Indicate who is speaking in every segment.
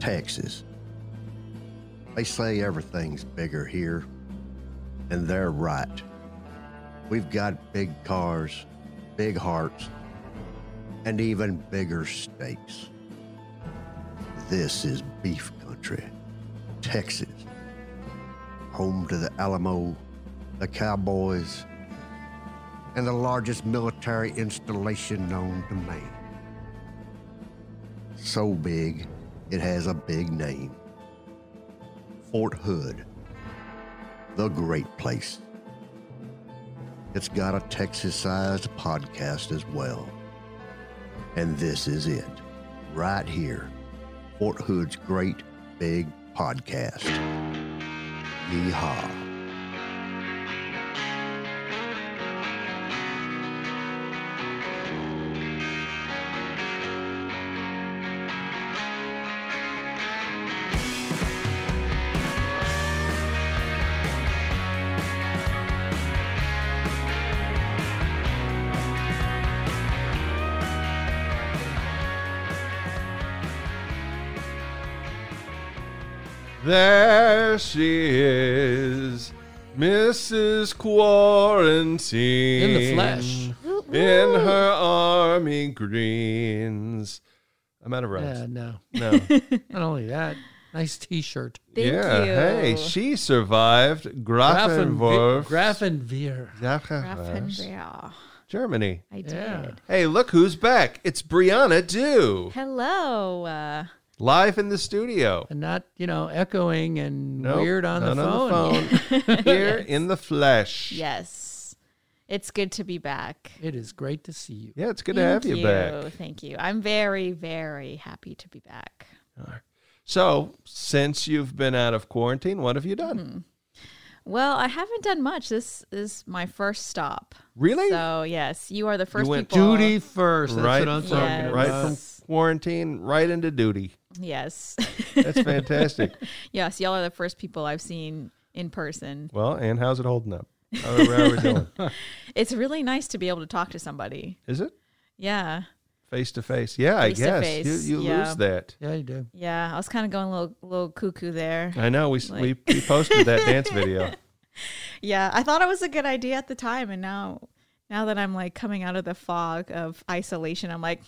Speaker 1: Texas. They say everything's bigger here, and they're right. We've got big cars, big hearts, and even bigger stakes. This is beef country, Texas, home to the Alamo, the Cowboys, and the largest military installation known to man. So big, it has a big name Fort Hood, the great place. It's got a Texas sized podcast as well. And this is it, right here Fort Hood's great big podcast. Yeehaw.
Speaker 2: There she is, Mrs. Quarantine.
Speaker 3: In the flesh.
Speaker 2: In her army greens. I'm out of
Speaker 3: Yeah,
Speaker 2: rhymes.
Speaker 3: no.
Speaker 2: No.
Speaker 3: Not only that, nice T-shirt.
Speaker 4: Thank
Speaker 2: yeah.
Speaker 4: you.
Speaker 2: Hey, she survived Grafenwurf.
Speaker 3: Grafenwehr.
Speaker 2: Grafenwurf.
Speaker 4: Raffenbrea.
Speaker 2: Germany.
Speaker 4: I did.
Speaker 3: Yeah.
Speaker 2: Hey, look who's back. It's Brianna Dew.
Speaker 4: Hello. Uh,
Speaker 2: Live in the studio.
Speaker 3: And not, you know, echoing and
Speaker 2: Nope,
Speaker 3: weird on the,
Speaker 2: not
Speaker 3: phone.
Speaker 2: the phone. Here in the flesh.
Speaker 4: yes. It's good to be back.
Speaker 3: It is great to see you.
Speaker 2: Yeah, it's good to have you, back.
Speaker 4: Thank you. I'm very, very happy to be back.
Speaker 2: So, since you've been out of quarantine, what have you
Speaker 4: Mm-hmm.
Speaker 2: done?
Speaker 4: Well, I haven't done much. This is my first stop.
Speaker 2: Really?
Speaker 4: So yes, you are the first
Speaker 2: went
Speaker 4: people.
Speaker 3: Duty first. That's
Speaker 2: right,
Speaker 3: what I'm
Speaker 2: from,
Speaker 3: talking
Speaker 4: Yes.
Speaker 2: right
Speaker 3: about.
Speaker 2: from quarantine, right into duty.
Speaker 4: Yes,
Speaker 2: That's fantastic.
Speaker 4: yes, y'all are the first people I've seen in person.
Speaker 2: well, and how's it holding up? How are, how Oh, are we doing?
Speaker 4: It's really nice to be able to talk to somebody.
Speaker 2: Is it
Speaker 4: Yeah,
Speaker 2: face to face? Yeah, I
Speaker 4: Face to
Speaker 2: guess
Speaker 4: face,
Speaker 2: you, you
Speaker 4: yeah.
Speaker 2: lose that.
Speaker 3: yeah, you do.
Speaker 4: yeah. I was kind of going a little, little cuckoo there.
Speaker 2: I know. We, s we we posted that dance video.
Speaker 4: Yeah, I thought it was a good idea at the time, and now, now that I'm like coming out of the fog of isolation, I'm like,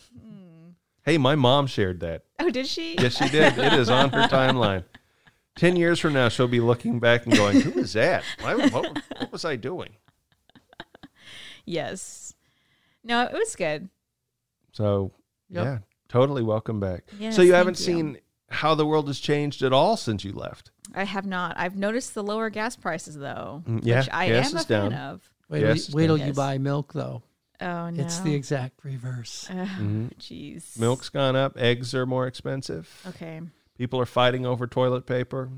Speaker 2: Hey, my mom shared that.
Speaker 4: oh, did she?
Speaker 2: Yes, she did. It is on her timeline. Ten years from now, she'll be looking back and going, "Who was that? Why, what, what was I doing?"
Speaker 4: Yes. No, it was good.
Speaker 2: So
Speaker 3: Yep.
Speaker 2: yeah, totally welcome back.
Speaker 4: Yes,
Speaker 2: so you haven't
Speaker 4: thank you.
Speaker 2: seen how the world has changed at all since you left.
Speaker 4: I have not. I've noticed the lower gas prices though,
Speaker 2: Mm, yeah,
Speaker 4: which I
Speaker 2: gas
Speaker 4: am a
Speaker 2: is
Speaker 4: fan
Speaker 2: down.
Speaker 4: of.
Speaker 3: Wait,
Speaker 2: Yes,
Speaker 3: till, wait till you
Speaker 4: yes.
Speaker 3: buy milk, though.
Speaker 4: Oh no,
Speaker 3: It's the exact reverse.
Speaker 4: Oh,
Speaker 2: Mm-hmm.
Speaker 4: Jeez,
Speaker 2: Milk's gone up. Eggs are more expensive.
Speaker 4: Okay,
Speaker 2: People are fighting over toilet paper.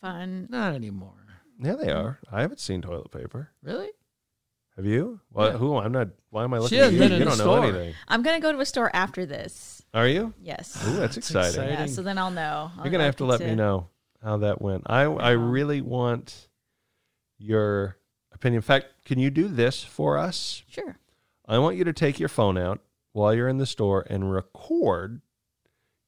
Speaker 4: fun.
Speaker 3: Not anymore.
Speaker 2: Yeah, they are. I haven't seen toilet paper.
Speaker 3: Mm-hmm. Really?
Speaker 2: Have you? What? Who? I'm not. Why am I looking
Speaker 3: She
Speaker 2: at
Speaker 3: hasn't
Speaker 2: you?
Speaker 3: been in
Speaker 2: You
Speaker 3: the
Speaker 2: don't know
Speaker 3: store.
Speaker 2: anything.
Speaker 4: I'm gonna go to a store after this.
Speaker 2: Are you?
Speaker 4: Yes.
Speaker 2: Ooh, that's exciting.
Speaker 3: exciting.
Speaker 4: Yeah, so then I'll know. I'll
Speaker 2: You're gonna
Speaker 4: know
Speaker 2: have to let me know how that went. I I
Speaker 4: Wow.
Speaker 2: really want your opinion. In fact, can you do this for us?
Speaker 4: Sure.
Speaker 2: I want you to take your phone out while you're in the store and record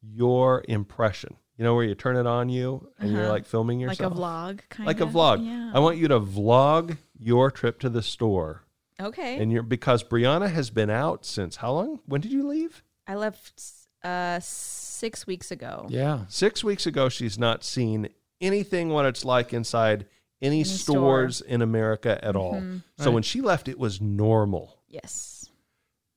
Speaker 2: your impression. You know where you turn it on you and you're
Speaker 4: Uh-huh.
Speaker 2: like filming yourself,
Speaker 4: Like a vlog, kind
Speaker 2: Like
Speaker 4: of.
Speaker 2: a vlog.
Speaker 4: Yeah.
Speaker 2: I want you to vlog your trip to the store,
Speaker 4: okay.
Speaker 2: and you're because Brianna has been out since how long? When did you leave?
Speaker 4: I left uh, six weeks ago.
Speaker 3: Yeah.
Speaker 2: Six weeks ago. She's not seen anything what it's like inside any,
Speaker 4: store. Mm-hmm.
Speaker 2: stores in America at all. So
Speaker 3: Right.
Speaker 2: when she left, it was normal.
Speaker 4: Yes.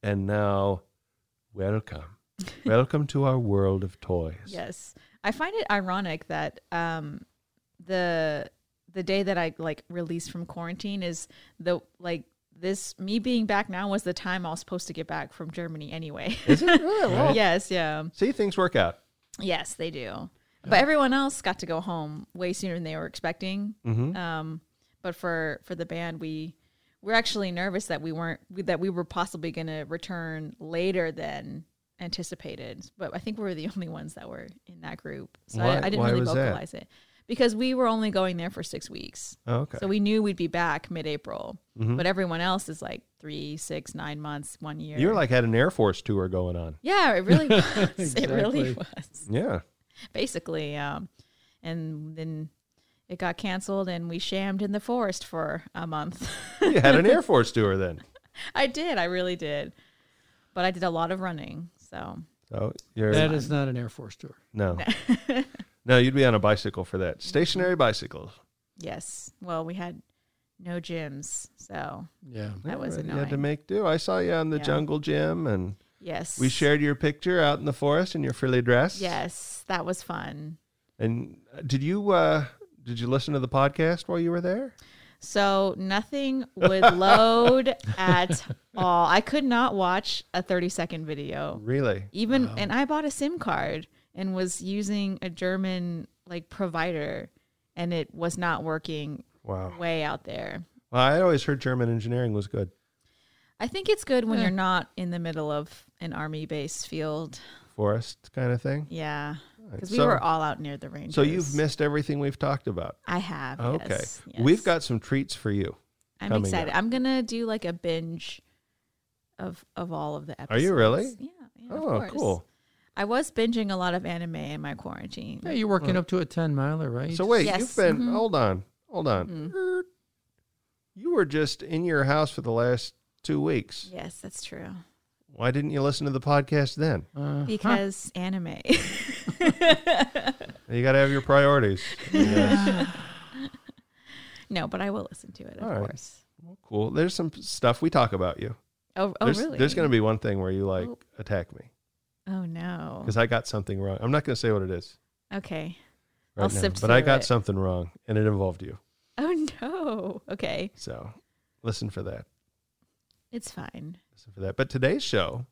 Speaker 2: And now, welcome. welcome to our world of toys.
Speaker 4: Yes. I find it ironic that um, the the day that I like released from quarantine is the like this me being back now was the time I was supposed to get back from Germany anyway.
Speaker 2: Is it? Oh, well,
Speaker 4: yes. Yeah.
Speaker 2: See, things work out.
Speaker 4: Yes, they do. But everyone else got to go home way sooner than they were expecting.
Speaker 2: Mm-hmm.
Speaker 4: Um, but for for the band, we we're actually nervous that we weren't that we were possibly going to return later than anticipated. But I think we were the only ones that were in that group, so
Speaker 2: Why-
Speaker 4: I, I didn't
Speaker 2: why
Speaker 4: really
Speaker 2: was that?
Speaker 4: vocalize it because we were only going there for six weeks.
Speaker 2: Oh, okay. Mm-hmm.
Speaker 4: So we knew we'd be back mid-April, but everyone else is like three, six, nine months, one year.
Speaker 2: you were like had an Air Force tour going on.
Speaker 4: yeah, it really was. It really
Speaker 3: Exactly.
Speaker 4: was.
Speaker 2: Yeah.
Speaker 4: basically. Um, and then it got canceled, and we shammed in the forest for a month.
Speaker 2: You had an Air Force tour then.
Speaker 4: I did, I really did, but I did a lot of running. So
Speaker 2: So you're
Speaker 3: That is not an Air Force tour.
Speaker 2: no. no, you'd be on a bicycle for that. Stationary bicycles.
Speaker 4: yes, well, we had no gyms, so
Speaker 3: Yeah.
Speaker 4: That was
Speaker 2: Alright, You had to
Speaker 4: annoying.
Speaker 2: make do. I saw you on the
Speaker 4: Yeah.
Speaker 2: jungle gym and
Speaker 4: yes,
Speaker 2: we shared your picture out in the forest in your frilly dress.
Speaker 4: Yes, that was fun.
Speaker 2: And did you uh did you listen to the podcast while you were there?
Speaker 4: So nothing would load at all. I could not watch a 30 second video.
Speaker 2: Really?
Speaker 4: Even and I bought a SIM card and was using a German like provider and it was not working
Speaker 2: Wow.
Speaker 4: way out there.
Speaker 2: Well, I always heard German engineering was good.
Speaker 4: I think it's good when you're not in the middle of an army base field.
Speaker 2: Forest kind of thing.
Speaker 4: Yeah. Because we
Speaker 2: So-
Speaker 4: were all out near the range.
Speaker 2: So you've missed everything we've talked about.
Speaker 4: I have.
Speaker 2: Okay.
Speaker 4: yes,
Speaker 2: We've
Speaker 4: yes.
Speaker 2: got some treats for you.
Speaker 4: I'm
Speaker 2: coming
Speaker 4: excited.
Speaker 2: up.
Speaker 4: I'm gonna do like a binge of of all of the
Speaker 2: Are
Speaker 4: episodes.
Speaker 2: you really?
Speaker 4: Yeah. yeah of
Speaker 2: Oh,
Speaker 4: course.
Speaker 2: cool.
Speaker 4: I was binging a lot of anime in my quarantine.
Speaker 3: Yeah, you're working up to a 10 miler, right?
Speaker 2: So wait, you've
Speaker 4: Yes. Mm.
Speaker 2: been
Speaker 4: Mhm.
Speaker 2: hold on, hold on. Er, You were just in your house for the last two weeks.
Speaker 4: Yes, that's true.
Speaker 2: Why didn't you listen to the podcast then?
Speaker 3: Uh,
Speaker 4: Because anime.
Speaker 2: You got to have your priorities.
Speaker 4: no, but I will listen to it, of
Speaker 2: All right.
Speaker 4: course.
Speaker 2: Well, cool. There's some stuff we talk about you.
Speaker 4: Oh, oh
Speaker 2: there's,
Speaker 4: really?
Speaker 2: There's going to be one thing where you like
Speaker 4: Oh.
Speaker 2: attack me
Speaker 4: Oh no.
Speaker 2: because I got something wrong. I'm not going to say what it is
Speaker 4: Okay.
Speaker 2: right
Speaker 4: I'll
Speaker 2: now,
Speaker 4: sift
Speaker 2: but I
Speaker 4: through
Speaker 2: got
Speaker 4: it.
Speaker 2: something wrong and it involved you.
Speaker 4: Oh no. Okay.
Speaker 2: So listen for that.
Speaker 4: It's fine.
Speaker 2: Listen for that. But today's show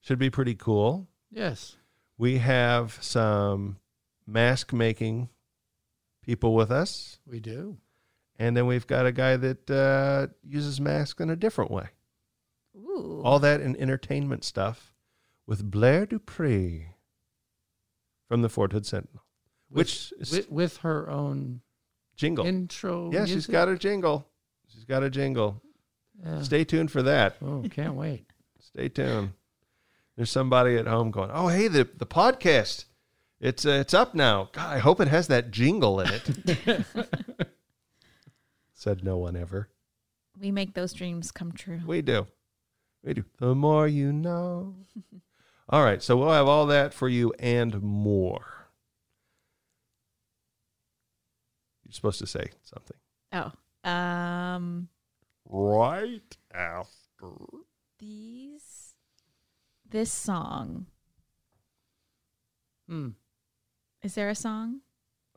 Speaker 2: should be pretty cool.
Speaker 3: yes.
Speaker 2: We have some mask making people with us.
Speaker 3: We do.
Speaker 2: And then we've got a guy that uh, uses masks in a different way.
Speaker 4: Ooh.
Speaker 2: All that and entertainment stuff with Blair Dupree from the Fort Hood Sentinel. Which
Speaker 3: with,
Speaker 2: is-
Speaker 3: with, with her own
Speaker 2: Jingle.
Speaker 3: intro.
Speaker 2: yeah, she's
Speaker 3: music?
Speaker 2: got her jingle. She's got a jingle.
Speaker 3: Yeah.
Speaker 2: Stay tuned for that.
Speaker 3: Oh, can't wait.
Speaker 2: Stay tuned. There's somebody at home going, "Oh, hey, the the podcast, it's uh, it's up now. God, I hope it has that jingle in it." Said no one ever.
Speaker 4: we make those dreams come true.
Speaker 2: We do. We do. The more you know. all right. So we'll have all that for you and more. You're supposed to say something.
Speaker 4: Oh. Um
Speaker 2: Right after.
Speaker 4: these this song.
Speaker 3: Hmm.
Speaker 4: Is there a song?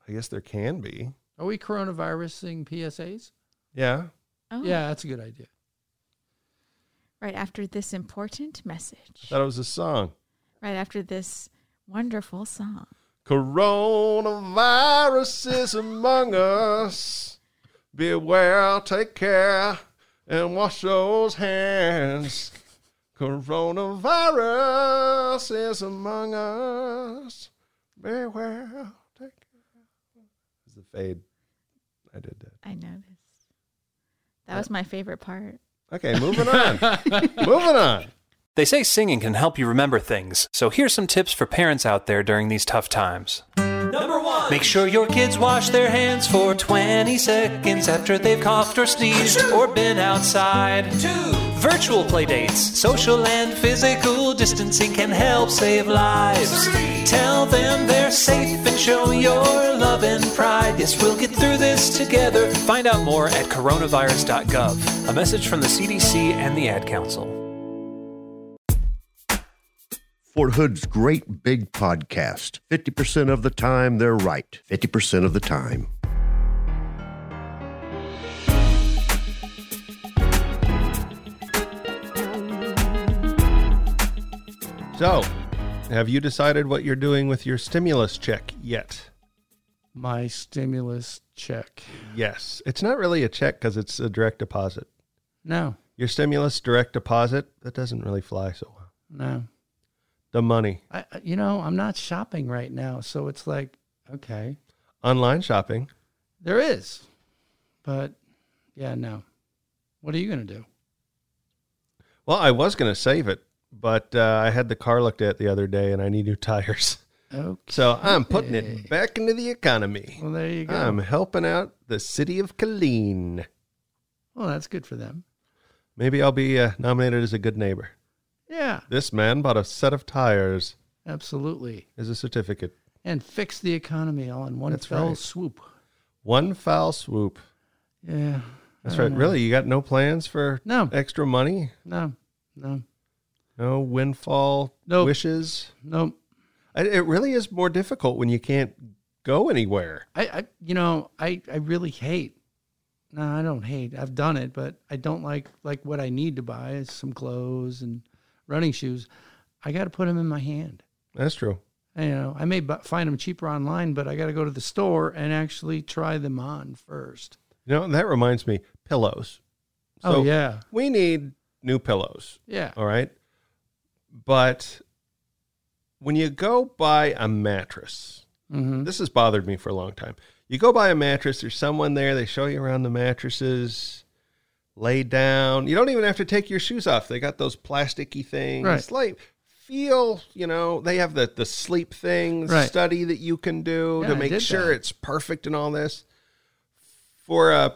Speaker 2: I guess there can be.
Speaker 3: Are we coronavirusing PSAs?
Speaker 2: Yeah.
Speaker 4: Oh.
Speaker 3: Yeah, that's a good idea.
Speaker 4: Right after this important
Speaker 2: I
Speaker 4: message.
Speaker 2: thought it was a song.
Speaker 4: Right after this wonderful song.
Speaker 2: Coronavirus is among us. Beware, take care, and wash those hands. Coronavirus is among us. Beware, take care. Is the fade? I did that.
Speaker 4: I noticed. That was my favorite part.
Speaker 2: Uh, Okay, moving on. moving on.
Speaker 5: They say singing can help you remember things, so here's some tips for parents out there during these tough times. Number one Make sure your kids wash their hands for 20 seconds after they've coughed or sneezed or been outside. Two Virtual playdates, social and physical distancing can help save lives. Tell them they're safe and show your love and pride. Yes, we'll get through this together. Find out more at coronavirus.gov. A message from the CDC and the Ad Council.
Speaker 1: Fort Hood's great big podcast. 50% of the time they're right, 50% of the time.
Speaker 2: So, have you decided what you're doing with your stimulus check yet?
Speaker 3: My stimulus check.
Speaker 2: Yes. It's not really a check because it's a direct deposit.
Speaker 3: No,
Speaker 2: Your stimulus direct deposit, that doesn't really fly so well.
Speaker 3: no.
Speaker 2: The money,
Speaker 3: I, I- Uh, you know, I'm not shopping right now, so it's like, okay,
Speaker 2: online shopping.
Speaker 3: there is, but yeah, no. What are you gonna do?
Speaker 2: Well, I was going to save it, but uh, I had the car looked at the other day and I need new tires.
Speaker 3: Okay.
Speaker 2: So I'm putting it back into the economy.
Speaker 3: Well, there you go.
Speaker 2: I'm helping out the city of Killeen.
Speaker 3: well, that's good for them.
Speaker 2: Maybe I'll be uh, nominated as a good neighbor.
Speaker 3: Yeah,
Speaker 2: This man bought a set of tires
Speaker 3: absolutely.
Speaker 2: as a certificate.
Speaker 3: And fix the economy all in one
Speaker 2: That's
Speaker 3: fell
Speaker 2: right.
Speaker 3: swoop.
Speaker 2: One foul swoop.
Speaker 3: Yeah.
Speaker 2: That's
Speaker 3: I don't
Speaker 2: right.
Speaker 3: know.
Speaker 2: Really, you got no plans for
Speaker 3: No.
Speaker 2: extra money?
Speaker 3: No. No.
Speaker 2: No windfall
Speaker 3: Nope.
Speaker 2: wishes?
Speaker 3: No.
Speaker 2: I, it really is more difficult when you can't go anywhere.
Speaker 3: I, I you know, I, I really hate. No, I don't hate. I've done it, but I don't like like what I need to buy is some clothes and running shoes. I got to put them in my hand.
Speaker 2: That's true.
Speaker 3: You know, I may bu find them cheaper online, but I got to go to the store and actually try them on first.
Speaker 2: You know, that reminds me pillows.
Speaker 3: oh yeah,
Speaker 2: We need new pillows.
Speaker 3: yeah.
Speaker 2: All right. But when you go buy a mattress,
Speaker 3: Mm-hmm.
Speaker 2: this has bothered me for a long time. You go buy a mattress, there's someone there, they show you around the mattresses, lay down. You don't even have to take your shoes off. They got those plasticky things.
Speaker 3: Right.
Speaker 2: Like feel, you know, they have the the sleep things
Speaker 3: Right.
Speaker 2: study that you can do
Speaker 3: Yeah,
Speaker 2: to
Speaker 3: I
Speaker 2: make
Speaker 3: did
Speaker 2: sure
Speaker 3: that.
Speaker 2: it's perfect and all this. For a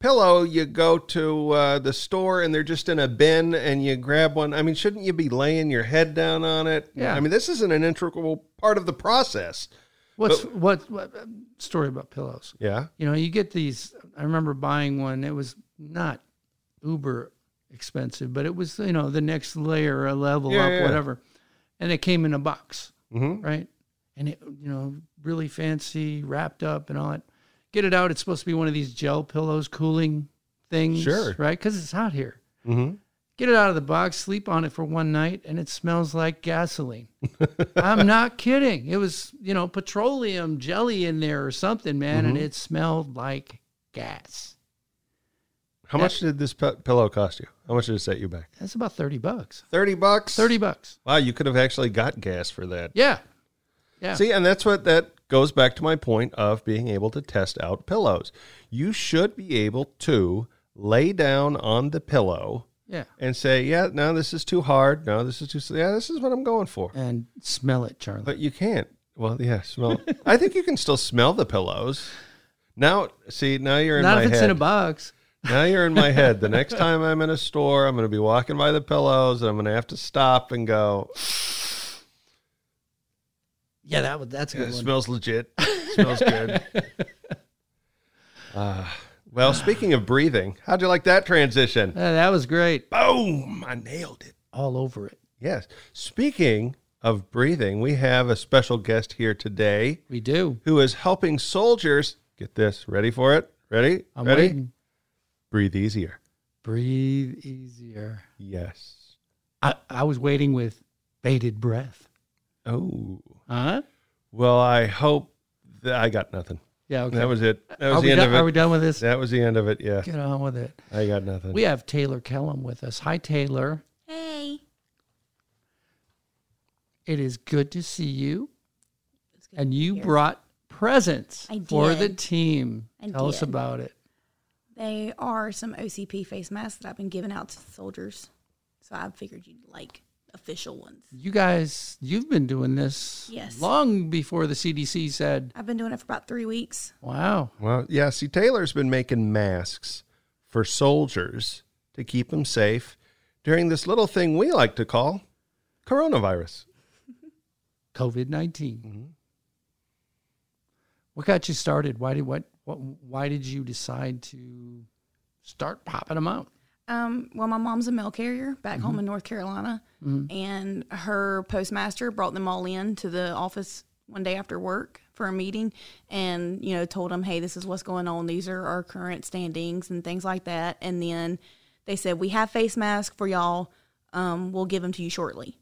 Speaker 2: pillow, you go to uh, the store and they're just in a bin and you grab one. I mean, shouldn't you be laying your head down on it?
Speaker 3: Yeah.
Speaker 2: I mean, this isn't an integral part of the process.
Speaker 3: What's what, what uh, story about pillows?
Speaker 2: Yeah.
Speaker 3: You know, you get these. I remember buying one. It was not uber expensive, but it was you know the next layer, a level
Speaker 2: Yeah,
Speaker 3: up,
Speaker 2: yeah, yeah.
Speaker 3: whatever. And it came in a box,
Speaker 2: Mm-hmm.
Speaker 3: right? And it you know really fancy, wrapped up, and all that. Get it out. It's supposed to be one of these gel pillows, cooling things,
Speaker 2: Sure.
Speaker 3: right? Because it's hot here.
Speaker 2: Mm-hmm.
Speaker 3: Get it out of the box, sleep on it for one night, and it smells like gasoline. I'm not kidding. It was, you know, petroleum jelly in there or something, man, and
Speaker 2: Mm-hmm.
Speaker 3: it smelled like gas.
Speaker 2: How much did this p- pillow cost you? How much did it set you back?
Speaker 3: That's about 30 bucks.
Speaker 2: 30 bucks.
Speaker 3: 30 bucks.
Speaker 2: Wow, you could have actually got gas for that.
Speaker 3: Yeah. Yeah.
Speaker 2: See, and that's what that goes back to my point of being able to test out pillows. You should be able to lay down on the pillow
Speaker 3: Yeah.
Speaker 2: and say, "Yeah, no, this is too hard. No, this is too yeah, this is what I'm going for."
Speaker 3: And smell it, Charlie.
Speaker 2: But you can't. Well, yeah, smell. I think you can still smell the pillows. Now, see, now you're in
Speaker 3: not
Speaker 2: my
Speaker 3: if it's
Speaker 2: head.
Speaker 3: in a box.
Speaker 2: Now you're in my head. The next time I'm in a store, I'm going to be walking by the pillows and I'm going to have to stop and go,
Speaker 3: Yeah, that was, that's a
Speaker 2: it
Speaker 3: good one.
Speaker 2: smells legit. smells good. Uh,
Speaker 3: Ah.
Speaker 2: well, speaking of breathing, how'd you like that transition?
Speaker 3: Yeah, that was great.
Speaker 2: Boom! I nailed it.
Speaker 3: All over it.
Speaker 2: Yes. Speaking of breathing, we have a special guest here today
Speaker 3: We do.
Speaker 2: who is helping soldiers get this. Ready for it? Ready?
Speaker 3: I'm
Speaker 2: Ready?
Speaker 3: waiting.
Speaker 2: Breathe easier.
Speaker 3: Breathe easier.
Speaker 2: Yes.
Speaker 3: I, I was waiting with bated breath.
Speaker 2: Oh.
Speaker 3: Huh?
Speaker 2: Well, I hope that I got nothing.
Speaker 3: Yeah. Okay.
Speaker 2: That was it. That was
Speaker 3: are,
Speaker 2: the
Speaker 3: we
Speaker 2: end
Speaker 3: done,
Speaker 2: of it.
Speaker 3: are we done with this?
Speaker 2: That was the end of it. Yeah.
Speaker 3: Get on with it.
Speaker 2: I got nothing.
Speaker 3: We have Taylor Kellum with us. Hi, Taylor.
Speaker 4: Hey.
Speaker 3: It is good to see you.
Speaker 6: It's good
Speaker 3: And
Speaker 6: to be
Speaker 3: you
Speaker 6: here.
Speaker 3: brought presents
Speaker 6: I
Speaker 3: for the
Speaker 6: did.
Speaker 3: team.
Speaker 6: I
Speaker 3: Tell us
Speaker 6: did.
Speaker 3: about it.
Speaker 6: They are some OCP face masks that I've been giving out to soldiers, so I figured you'd like official ones.
Speaker 3: You guys, you've been doing this
Speaker 6: Yes.
Speaker 3: long before the CDC said,
Speaker 6: I've been doing it for about three weeks.
Speaker 3: wow.
Speaker 2: Well, yeah. See, Taylor's been making masks for soldiers to keep them safe during this little thing we like to call coronavirus.
Speaker 3: COVID 19. What got you started? Why did what, what why did you decide to start popping them out?
Speaker 6: Um, well, my mom's a mail carrier back home in North Carolina,
Speaker 3: Mm-hmm.
Speaker 6: and her postmaster brought them all in to the office one day after work for a meeting, and you know told them, "Hey, this is what's going on. These are our current standings and things like that." And then they said, "We have face masks for y'all. Um, we'll give them to you shortly."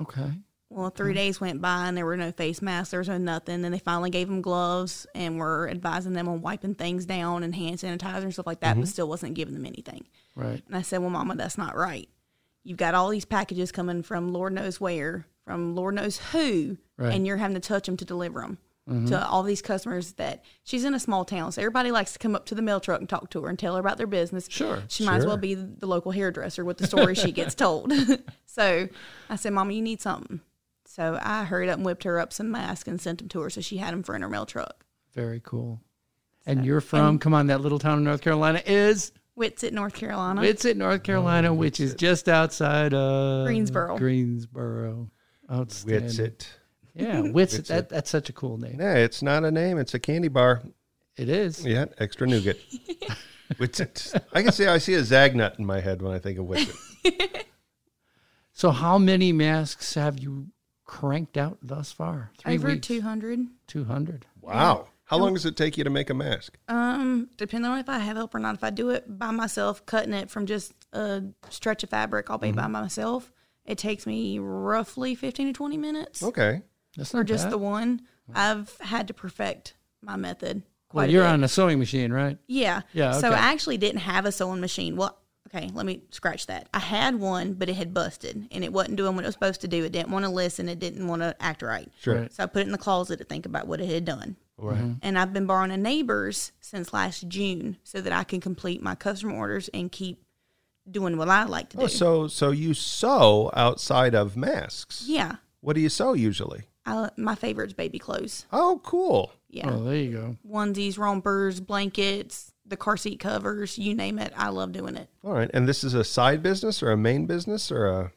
Speaker 3: Okay.
Speaker 6: Well, 3 days went by and there were no face masks, there was no nothing. Then they finally gave them gloves and were advising them on wiping things down and hand sanitizer and stuff like that, but still wasn't giving them anything.
Speaker 3: Right.
Speaker 6: And I said, Well, Mama, that's not right. You've got all these packages coming from Lord knows where, from Lord knows who,
Speaker 3: Right. Mm-hmm.
Speaker 6: and you're having to touch them to deliver them to all these customers that she's in a small town. So everybody likes to come up to the mail truck and talk to her and tell her about their business.
Speaker 3: Sure,
Speaker 6: She might as well
Speaker 2: sure.
Speaker 6: be the local hairdresser with the story she gets told. so I said, Mama, you need something. So I hurried up and whipped her up some masks and sent them to her so she had them for in her mail truck.
Speaker 3: Very cool. And you're from, come on, that little town in North Carolina is
Speaker 6: Witsit, North Carolina.
Speaker 3: Whitsitt,
Speaker 2: Oh,
Speaker 3: North Carolina, which is just outside of
Speaker 6: Greensboro.
Speaker 3: Greensboro. Outstanding.
Speaker 2: Wits Mm-hmm. it.
Speaker 3: Yeah, Whitsitt. that, that's such a cool name.
Speaker 2: Yeah, it's not a name. It's a candy bar.
Speaker 3: It is.
Speaker 2: Yeah, extra nougat. Wits it. I can see. I see a zagnut in my head when I think of wits it.
Speaker 3: So, how many masks have you cranked out thus far? Three
Speaker 6: Over
Speaker 3: weeks.
Speaker 6: 200.
Speaker 3: 200.
Speaker 2: Wow. How long does it take you to make a mask?
Speaker 6: Um, depending on if I have help or not, if I do it by myself, cutting it from just a stretch of fabric all made
Speaker 3: Mm-hmm.
Speaker 6: by myself, it takes me roughly 15 to 20 minutes
Speaker 2: Okay.
Speaker 3: That's
Speaker 6: or
Speaker 3: not
Speaker 6: just
Speaker 3: bad.
Speaker 6: the one. I've had to perfect my method.
Speaker 3: Well,
Speaker 6: quite a
Speaker 3: you're
Speaker 6: bit.
Speaker 3: on a sewing machine, right?
Speaker 6: Yeah.
Speaker 3: Yeah,
Speaker 6: So
Speaker 3: okay.
Speaker 6: I actually didn't have a sewing machine. Well, okay, let me scratch that. I had one, but it had busted and it wasn't doing what it was supposed to do. It didn't want to listen. It didn't want to act right.
Speaker 2: Sure.
Speaker 3: Right.
Speaker 6: So I put it in the closet to think about what it had done.
Speaker 2: Right.
Speaker 3: Mm-hmm.
Speaker 6: And I've been borrowing a neighbor's since last June so that I can complete my customer orders and keep doing what I like to do.
Speaker 2: Oh, so so you sew outside of masks.
Speaker 6: yeah.
Speaker 2: What do you sew usually?
Speaker 6: I, my favorite's baby clothes.
Speaker 2: Oh, cool.
Speaker 6: Yeah.
Speaker 3: Oh, there you go.
Speaker 6: Onesies, rompers, blankets, the car seat covers, you name it. I love doing it.
Speaker 2: All right. And this is a side business or a main business or a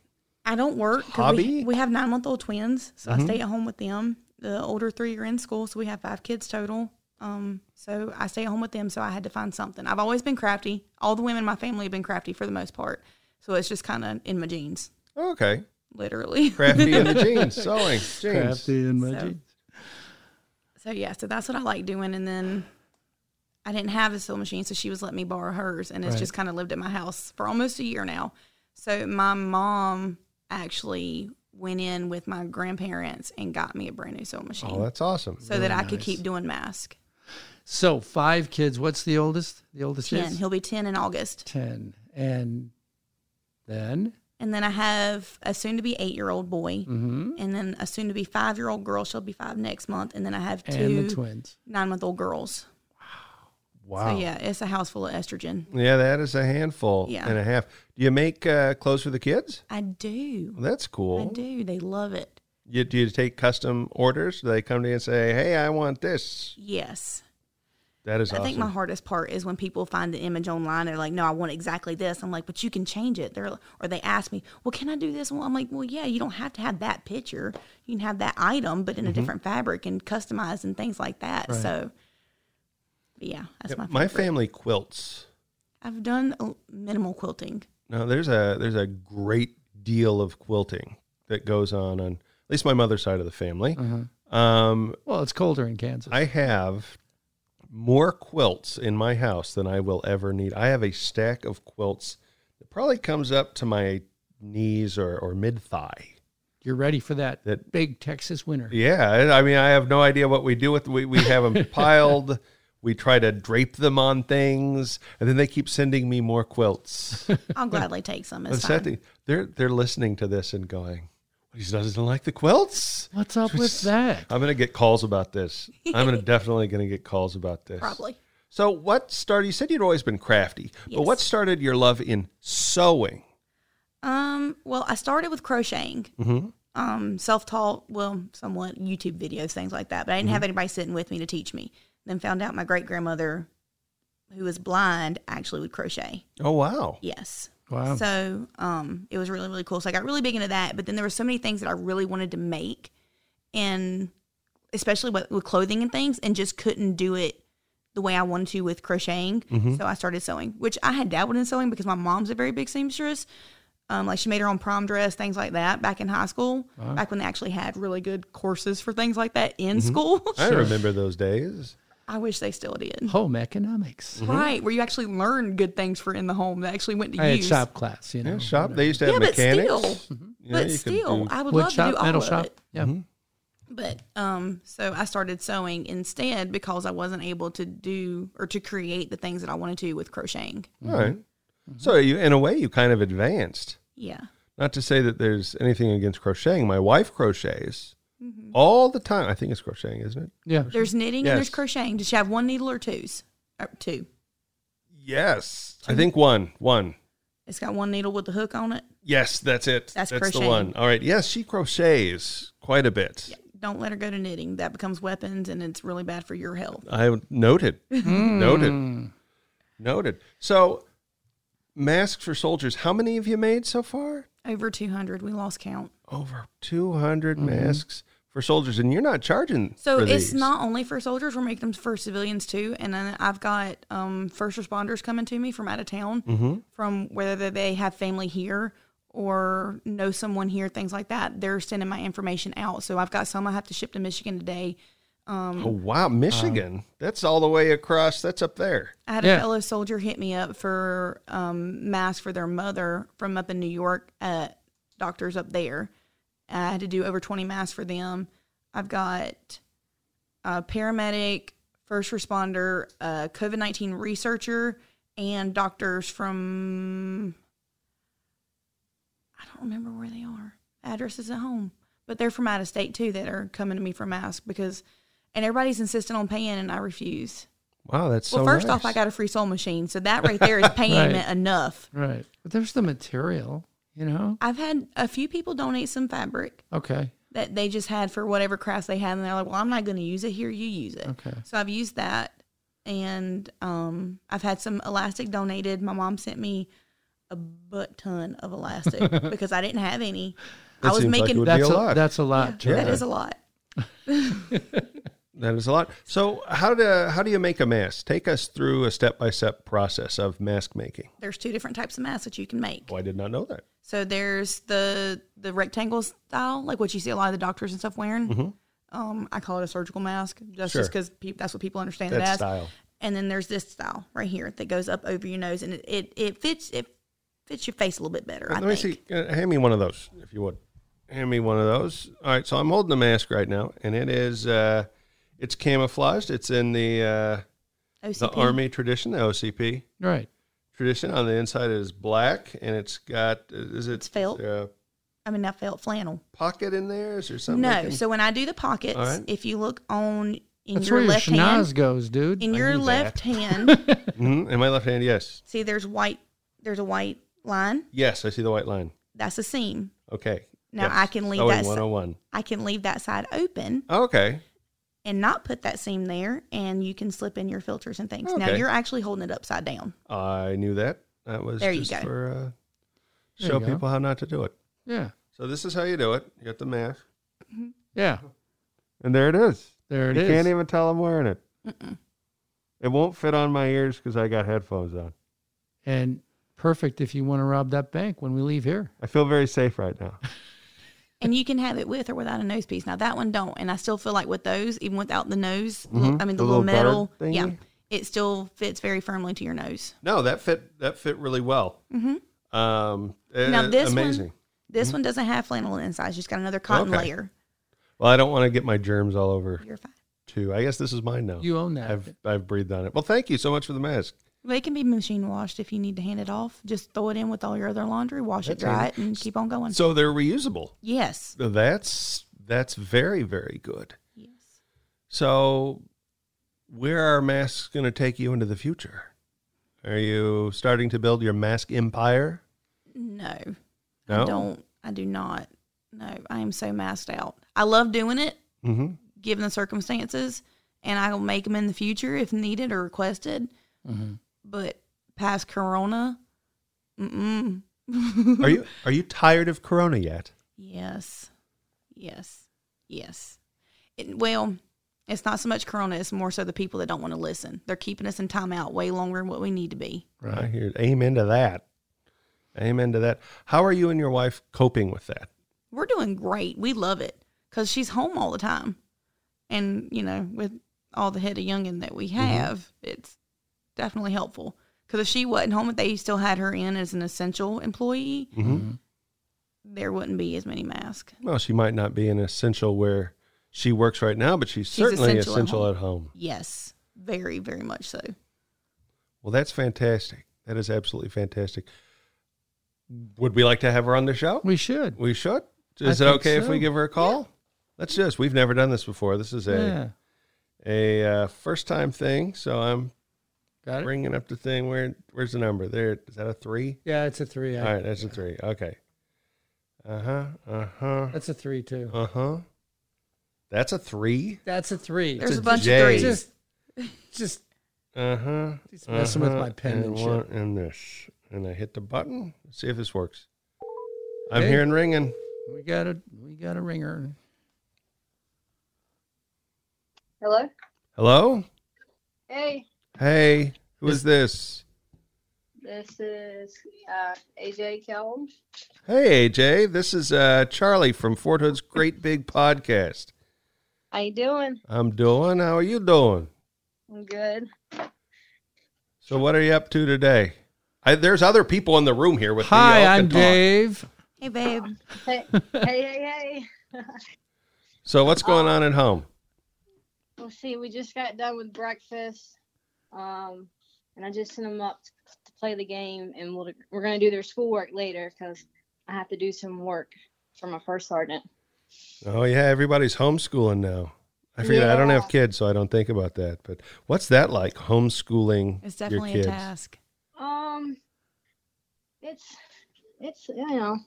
Speaker 6: I don't work. 'cause
Speaker 2: Hobby? Mm-hmm.
Speaker 6: We, we have nine month old twins, so I stay at home with them. The older three are in school, so we have five kids total. Um, so I stay at home with them, so I had to find something. I've always been crafty. All the women in my family have been crafty for the most part. So it's just kind of in my genes,
Speaker 2: okay
Speaker 6: literally.
Speaker 2: crafty in the jeans sewing jeans.
Speaker 3: Crafty and my
Speaker 6: So-
Speaker 3: jeans.
Speaker 6: So yeah, so that's what I like doing. And then I didn't have a sewing machine, so she was letting me borrow hers, and it's
Speaker 3: Right.
Speaker 6: just kind of lived at my house for almost a year now. So my mom actually went in with my grandparents and got me a brand new sewing machine,
Speaker 2: Oh, that's awesome.
Speaker 6: so that I could keep doing mask.
Speaker 3: So, five kids. What's the oldest? The oldest
Speaker 6: Ten,
Speaker 3: is
Speaker 6: he'll be ten in August,
Speaker 3: 10. And then,
Speaker 6: and then I have a soon-to-be eight-year-old boy,
Speaker 3: hmm
Speaker 6: and then a soon-to-be five-year-old girl. She'll be five next month, and then I have
Speaker 3: and the
Speaker 6: two
Speaker 3: twins.
Speaker 6: nine-month-old girls.
Speaker 2: Wow.
Speaker 6: So yeah, it's a house full of estrogen.
Speaker 2: Yeah, that is a handful
Speaker 6: Yeah.
Speaker 2: and a half. Do you make uh, clothes for the kids?
Speaker 6: I do.
Speaker 2: Well, that's cool.
Speaker 6: I do. They love it.
Speaker 2: You, do you take custom orders? Do they come to you and say, "Hey, I want this"?
Speaker 6: Yes.
Speaker 2: That is
Speaker 6: I
Speaker 2: awesome.
Speaker 6: think my hardest part is when people find the image online. They're like, "No, I want exactly this." I'm like, "But you can change it." They're or they ask me, "Well, can I do this?" Well, I'm like, "Well, yeah. You don't have to have that picture. You can have that item, but in
Speaker 2: Mm-hmm.
Speaker 6: a different fabric and customized and things like that." So, but yeah, that's
Speaker 2: Yeah,
Speaker 6: my
Speaker 2: my
Speaker 6: favorite.
Speaker 2: family quilts.
Speaker 6: I've done a- minimal quilting.
Speaker 2: No, there's a there's a great deal of quilting that goes on on at least my mother's side of the family. Um,
Speaker 3: Uh-huh. Well, it's colder in Kansas.
Speaker 2: I have more quilts in my house than I will ever need. I have a stack of quilts that probably comes up to my knees or, or mid thigh.
Speaker 3: You're ready for that,
Speaker 2: That-
Speaker 3: big Texas winter.
Speaker 2: Yeah, and I mean, I have no idea what we do with we we have them piled. We try to drape them on things, and then they keep sending me more quilts.
Speaker 6: I'll gladly take some.
Speaker 2: And
Speaker 6: It's
Speaker 2: so I
Speaker 6: fine.
Speaker 2: think they're they're listening to this and going, "He doesn't like the quilts."
Speaker 3: What's up with that?
Speaker 2: I'm gonna get calls about this. I'm gonna definitely gonna get calls about this.
Speaker 6: Probably.
Speaker 2: So what started? You said you'd always been crafty, but
Speaker 6: Yes.
Speaker 2: what started your love in sewing?
Speaker 6: Um, well, I started with crocheting.
Speaker 3: Mm-hmm.
Speaker 2: Mhm.
Speaker 6: Um, self-taught, well, somewhat YouTube videos, things like that. But I didn't have anybody sitting with me to teach me. Then found out my great grandmother, who was blind, actually would crochet.
Speaker 2: Oh wow!
Speaker 6: Yes.
Speaker 3: Wow.
Speaker 6: So, um, it was really really cool. So I got really big into that. But then there were so many things that I really wanted to make, and especially with, with clothing and things, and just couldn't do it the way I wanted to with crocheting.
Speaker 2: Mm-hmm.
Speaker 6: So I started sewing, which I had dabbled in sewing because my mom's a very big seamstress. Um, like she made her own prom dress, things like that, back in high school, back when they actually had really good courses for things like that in school.
Speaker 2: Mm-hmm. I remember those days.
Speaker 6: I wish they still did.
Speaker 3: Home economics.
Speaker 6: Right, where you actually learn good things for in the home that actually went to
Speaker 3: Mm-hmm. I had
Speaker 6: use.
Speaker 3: shop class, you know.
Speaker 2: Yeah, shop. They used to have
Speaker 6: Yeah, but
Speaker 2: mechanics. Mm-hmm.
Speaker 6: still. Mm-hmm.
Speaker 2: Yeah,
Speaker 6: But
Speaker 2: you could
Speaker 6: still,
Speaker 2: do- Mm-hmm.
Speaker 6: I would
Speaker 3: Wood
Speaker 6: love
Speaker 3: shop,
Speaker 6: to do all
Speaker 3: metal
Speaker 6: of
Speaker 3: shop.
Speaker 6: it.
Speaker 3: Yeah.
Speaker 6: But um, so I started sewing instead because I wasn't able to do or to create the things that I wanted to with crocheting.
Speaker 2: All right.
Speaker 3: Mm-hmm.
Speaker 2: So you, in a way, you kind of advanced.
Speaker 6: Yeah.
Speaker 2: Not to say that there's anything against crocheting. My wife crochets all the time. I think it's crocheting, isn't it?
Speaker 3: Yeah.
Speaker 6: Mm-hmm. There's knitting and there's
Speaker 2: Yes.
Speaker 6: crocheting. Does she Uh, have one needle or twos? Or two.
Speaker 2: Yes. I think one. One.
Speaker 6: It's got one needle with the hook on it.
Speaker 2: Yes, that's it.
Speaker 6: That's
Speaker 2: the
Speaker 6: crocheting.
Speaker 2: one. All right. Yes, she crochets quite a bit.
Speaker 6: Don't let her go to knitting. That becomes weapons, and it's really bad for your health.
Speaker 2: I noted, noted, noted. So, masks for soldiers. How many have you made so far?
Speaker 6: Over 200. We lost count.
Speaker 2: Over two masks for soldiers, and you're not charging.
Speaker 6: Mm-hmm. So
Speaker 2: for
Speaker 6: it's
Speaker 2: these.
Speaker 6: not only for soldiers; we're making them for civilians too. And then I've got um, first responders coming to me from out of town,
Speaker 2: Mm-hmm.
Speaker 6: from whether they have family here or know someone here, things like that. They're sending my information out. So I've got some I have to ship to Michigan today. Um,
Speaker 2: Oh wow, Michigan. that's all the way across. That's up there.
Speaker 6: I had
Speaker 3: Yeah.
Speaker 6: a fellow soldier hit me up for um, masks for their mother from up in New York at doctors up there. I had to do over 20 masks for them. I've got a paramedic, first responder, a COVID 19 researcher, and doctors from, I don't remember where they are, addresses at home, but they're from out of state too that are coming to me for masks because, and everybody's insisting on paying, and I refuse.
Speaker 2: Wow, that's
Speaker 6: Well,
Speaker 2: so.
Speaker 6: first
Speaker 2: nice.
Speaker 6: off, I got a free soul machine, so that right there is payment
Speaker 3: Right.
Speaker 6: enough.
Speaker 3: Right. But there's the material, you know?
Speaker 6: I've had a few people donate some fabric
Speaker 3: Okay.
Speaker 6: that they just had for whatever crafts they had, and they're like, "Well, I'm not going to use it. Here, you use it."
Speaker 3: Okay.
Speaker 6: So I've used that, and um, I've had some elastic donated. My mom sent me a butt ton of elastic because I didn't have any.
Speaker 2: That
Speaker 6: I was
Speaker 2: seems like
Speaker 6: making
Speaker 2: it would be
Speaker 3: That's
Speaker 2: a
Speaker 3: a,
Speaker 2: lot.
Speaker 3: that's a lot.
Speaker 6: Yeah,
Speaker 3: Jared.
Speaker 6: that is a lot.
Speaker 2: That is a lot. So how do how do you make a mask? Take us through a step by step process of mask making.
Speaker 6: There's two different types of masks that you can make.
Speaker 2: Oh, I did not know that.
Speaker 6: So there's the the rectangle style, like what you see a lot of the doctors and stuff wearing. Um, I call it a surgical mask, just
Speaker 2: Mm-hmm. Sure.
Speaker 6: because peop that's what people understand it
Speaker 2: That
Speaker 6: as.
Speaker 2: style.
Speaker 6: And then there's this style right here that goes up over your nose, and it, it, it fits it fits your face a little bit better. I
Speaker 2: Let me
Speaker 6: think.
Speaker 2: see. Uh, hand me one of those, if you would. Hand me one of those. All right. So I'm holding a mask right now, and it is uh, it's camouflaged. It's in the uh, the
Speaker 6: OCP.
Speaker 2: army tradition, the OCP
Speaker 3: Right.
Speaker 2: tradition. On the inside it is black, and it's got is it
Speaker 6: It's felt.
Speaker 2: uh,
Speaker 6: I mean, not felt flannel.
Speaker 2: pocket in there? Is there something? I
Speaker 6: No.
Speaker 2: can-
Speaker 6: So when I do the pockets,
Speaker 2: All right.
Speaker 6: if you look on in
Speaker 3: That's
Speaker 6: your
Speaker 3: where your
Speaker 6: left hand,
Speaker 3: schnoz goes, dude.
Speaker 6: in your
Speaker 2: knew that.
Speaker 6: left hand,
Speaker 2: Mhm, in my left hand, yes,
Speaker 6: see there's white. There's a white line.
Speaker 2: yes, I see the white line.
Speaker 6: That's a seam.
Speaker 2: Okay.
Speaker 6: Now
Speaker 2: Yes.
Speaker 6: I can leave
Speaker 2: oh, One
Speaker 6: that. si-
Speaker 2: hundred one. Oh.
Speaker 6: I can leave that side open.
Speaker 2: Okay.
Speaker 6: and not put that seam there, and you can slip in your filters and things. Now
Speaker 2: Okay.
Speaker 6: you're actually holding it upside down.
Speaker 2: I knew that. That was
Speaker 6: There you
Speaker 2: just
Speaker 6: go.
Speaker 2: for uh,
Speaker 3: There
Speaker 2: show
Speaker 3: you go.
Speaker 2: people how not to do it.
Speaker 3: yeah.
Speaker 2: So this is how you do it. You get the mask.
Speaker 3: Yeah.
Speaker 2: And there it is.
Speaker 3: There it
Speaker 2: you
Speaker 3: is.
Speaker 2: can't even tell I'm wearing it. It won't fit on my ears because I got headphones on.
Speaker 3: and perfect if you want to rob that bank when we leave here.
Speaker 2: I feel very safe right now.
Speaker 6: And you can have it with or without a nose piece. Now that one don't, and I still feel like with those, even without the nose, I mean the,
Speaker 2: Mm-hmm. The
Speaker 6: little,
Speaker 2: little
Speaker 6: metal,
Speaker 2: guard thingy?
Speaker 6: yeah, it still fits very firmly to your nose.
Speaker 2: No, that fit that fit really well. Mm-hmm. Um,
Speaker 6: now
Speaker 2: eh,
Speaker 6: this
Speaker 2: amazing. Mm-hmm.
Speaker 6: one, this one doesn't have flannel inside; it's just got another cotton
Speaker 2: Okay.
Speaker 6: layer.
Speaker 2: Well, I don't want to get my germs all over
Speaker 6: You're fine.
Speaker 2: too. I guess this is mine now.
Speaker 3: You own that.
Speaker 2: I've I've breathed on it. Well, thank you so much for the mask.
Speaker 6: They can be machine washed if you need to hand it off. Just throw it in with all your other laundry, wash
Speaker 2: That's
Speaker 6: it, dry it, and keep on going.
Speaker 2: So they're reusable.
Speaker 6: yes,
Speaker 2: That's that's very very good.
Speaker 6: yes.
Speaker 2: So, where are masks going to take you into the future? Are you starting to build your mask empire?
Speaker 6: No.
Speaker 2: No?
Speaker 6: I don't. I do not. No, I am so masked out. I love doing it,
Speaker 2: Mm-hmm.
Speaker 6: given the circumstances, and I will make them in the future if needed or requested. Mm-hmm. But past Corona, mm-mm.
Speaker 2: Are you are you tired of Corona yet?
Speaker 6: yes, yes, yes. It, well, it's not so much Corona; it's more so the people that don't want to listen. They're keeping us in timeout way longer than what we need to be.
Speaker 2: I hear. Amen to that. Amen to that. How are you and your wife coping with that?
Speaker 6: we're doing great. We love it because she's home all the time, and you know, with all the head of youngin that
Speaker 2: Mm-hmm.
Speaker 6: we have, it's definitely helpful. Because if she wasn't home, if they still had her in as an essential employee,
Speaker 2: Mm-hmm.
Speaker 6: there wouldn't be as many masks.
Speaker 2: Well, she might not be an essential where she works right now, but she's,
Speaker 6: She's
Speaker 2: certainly essential,
Speaker 6: essential at home.
Speaker 2: at home.
Speaker 6: Yes, very, very much so.
Speaker 2: Well, that's fantastic. That is absolutely fantastic. Would we like to have her on the show?
Speaker 3: We should.
Speaker 2: We should. Is
Speaker 3: I
Speaker 2: it
Speaker 3: think
Speaker 2: okay if
Speaker 3: so.
Speaker 2: we give her a call? Let's just. We've never done this before. This is a
Speaker 3: yeah.
Speaker 2: a uh, first time thing, so I'm
Speaker 3: Got it?
Speaker 2: Bringing up the thing. Where where's the number? There is that a three?
Speaker 3: Yeah, it's a three. I,
Speaker 2: All right, that's a three. Okay. Uh huh. Uh huh.
Speaker 3: That's a three too.
Speaker 2: Uh huh. That's a three.
Speaker 3: That's a three.
Speaker 6: There's
Speaker 2: a
Speaker 6: a bunch
Speaker 2: J.
Speaker 6: of threes.
Speaker 3: just, just
Speaker 2: Uh huh.
Speaker 3: He's messing with my pen and shit.
Speaker 2: uh-huh. And this, and I hit the button. Let's see if this works. I'm
Speaker 3: Hey.
Speaker 2: hearing ringing.
Speaker 3: we got a we got a ringer.
Speaker 7: Hello?
Speaker 2: Hello.
Speaker 7: Hey,
Speaker 2: Hey, who is this?
Speaker 7: this is uh, AJ Calhoun.
Speaker 2: Hey AJ, this is uh, Charlie from Fort Hood's Great Big Podcast.
Speaker 7: How you doing?
Speaker 2: I'm doing. How are you doing?
Speaker 7: I'm good.
Speaker 2: So what are you up to today? I, there's other people in the room here with me.
Speaker 3: Hi,
Speaker 2: Y'all can
Speaker 3: I'm
Speaker 2: talk.
Speaker 3: Dave.
Speaker 6: Hey, babe.
Speaker 7: Hey, hey, hey, hey.
Speaker 2: So what's going on at home?
Speaker 7: Let's see, we just got done with breakfast. Um, and I just sent them up to, to play the game, and we'll, we're going to do their schoolwork later because I have to do some work for my first sergeant.
Speaker 2: Oh yeah, everybody's homeschooling now. I forget. I don't
Speaker 7: Yeah.
Speaker 2: have kids, so I don't think about that. But what's that like? Homeschooling
Speaker 6: It's
Speaker 2: your
Speaker 6: definitely a
Speaker 2: kids?
Speaker 6: task.
Speaker 7: Um, it's it's you know,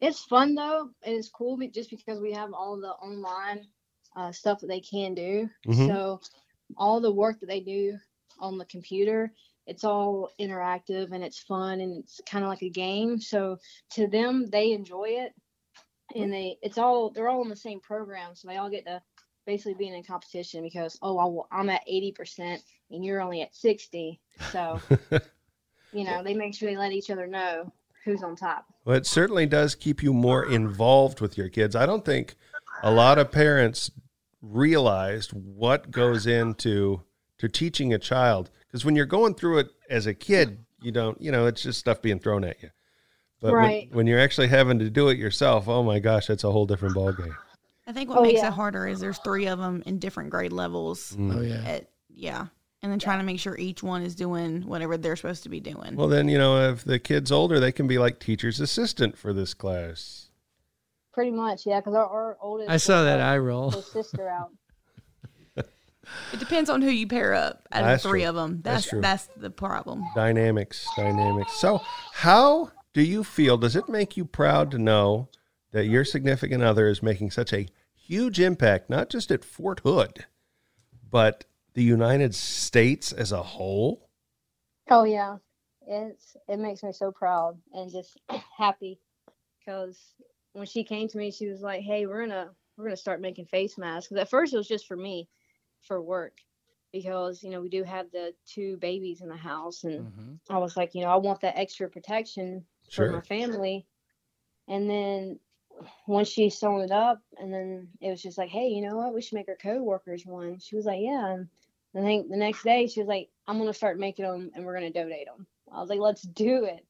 Speaker 7: it's fun though, and it's cool be- just because we have all the online uh, stuff that they can do.
Speaker 2: Mhm.
Speaker 7: So all the work that they do on the computer, it's all interactive and it's fun and it's kind of like a game. So to them, they enjoy it, and they it's all they're all in the same program, so they all get to basically being in competition because oh well, I'm at eighty percent and you're only at sixty, so you know, they make sure they let each other know who's on top.
Speaker 2: Well, it certainly does keep you more involved with your kids. I don't think a lot of parents realized what goes into to teaching a child because when you're going through it as a kid, you don't, you know, it's just stuff being thrown at you. But
Speaker 7: Right.
Speaker 2: when, when you're actually having to do it yourself, oh my gosh, that's a whole different ballgame.
Speaker 6: I think what
Speaker 7: Oh,
Speaker 6: makes
Speaker 7: yeah.
Speaker 6: it harder is there's three of them in different grade levels.
Speaker 2: Mm.
Speaker 3: Oh yeah.
Speaker 6: At, yeah. And then trying to make sure each one is doing whatever they're supposed to be doing.
Speaker 2: Well, then you know, if the kid's older, they can be like teacher's assistant for this class.
Speaker 7: Pretty much, yeah, because our, our oldest.
Speaker 3: I saw that eye
Speaker 7: was
Speaker 3: roll.
Speaker 7: his sister out.
Speaker 6: it depends on who you pair up out of
Speaker 2: That's
Speaker 6: the three
Speaker 2: true.
Speaker 6: of them.
Speaker 2: That's
Speaker 6: That's,
Speaker 2: true.
Speaker 6: that's the problem.
Speaker 2: Dynamics, dynamics. So, how do you feel? Does it make you proud to know that your significant other is making such a huge impact, not just at Fort Hood, but the United States as a whole?
Speaker 7: Oh yeah, it's it makes me so proud and just happy because when she came to me, she was like, "Hey, we're gonna we're gonna start making face masks." 'Cause at first, it was just for me, for work, because you know we do have the two babies in the house, and
Speaker 3: Mhm.
Speaker 7: I was like, you know, I want that extra protection for my
Speaker 2: Sure.
Speaker 7: family. And then once she sewn it up, and then it was just like, hey, you know what? We should make our coworkers one. She was like, yeah. And I think the next day she was like, I'm gonna start making them, and we're gonna donate them. I was like, let's do it.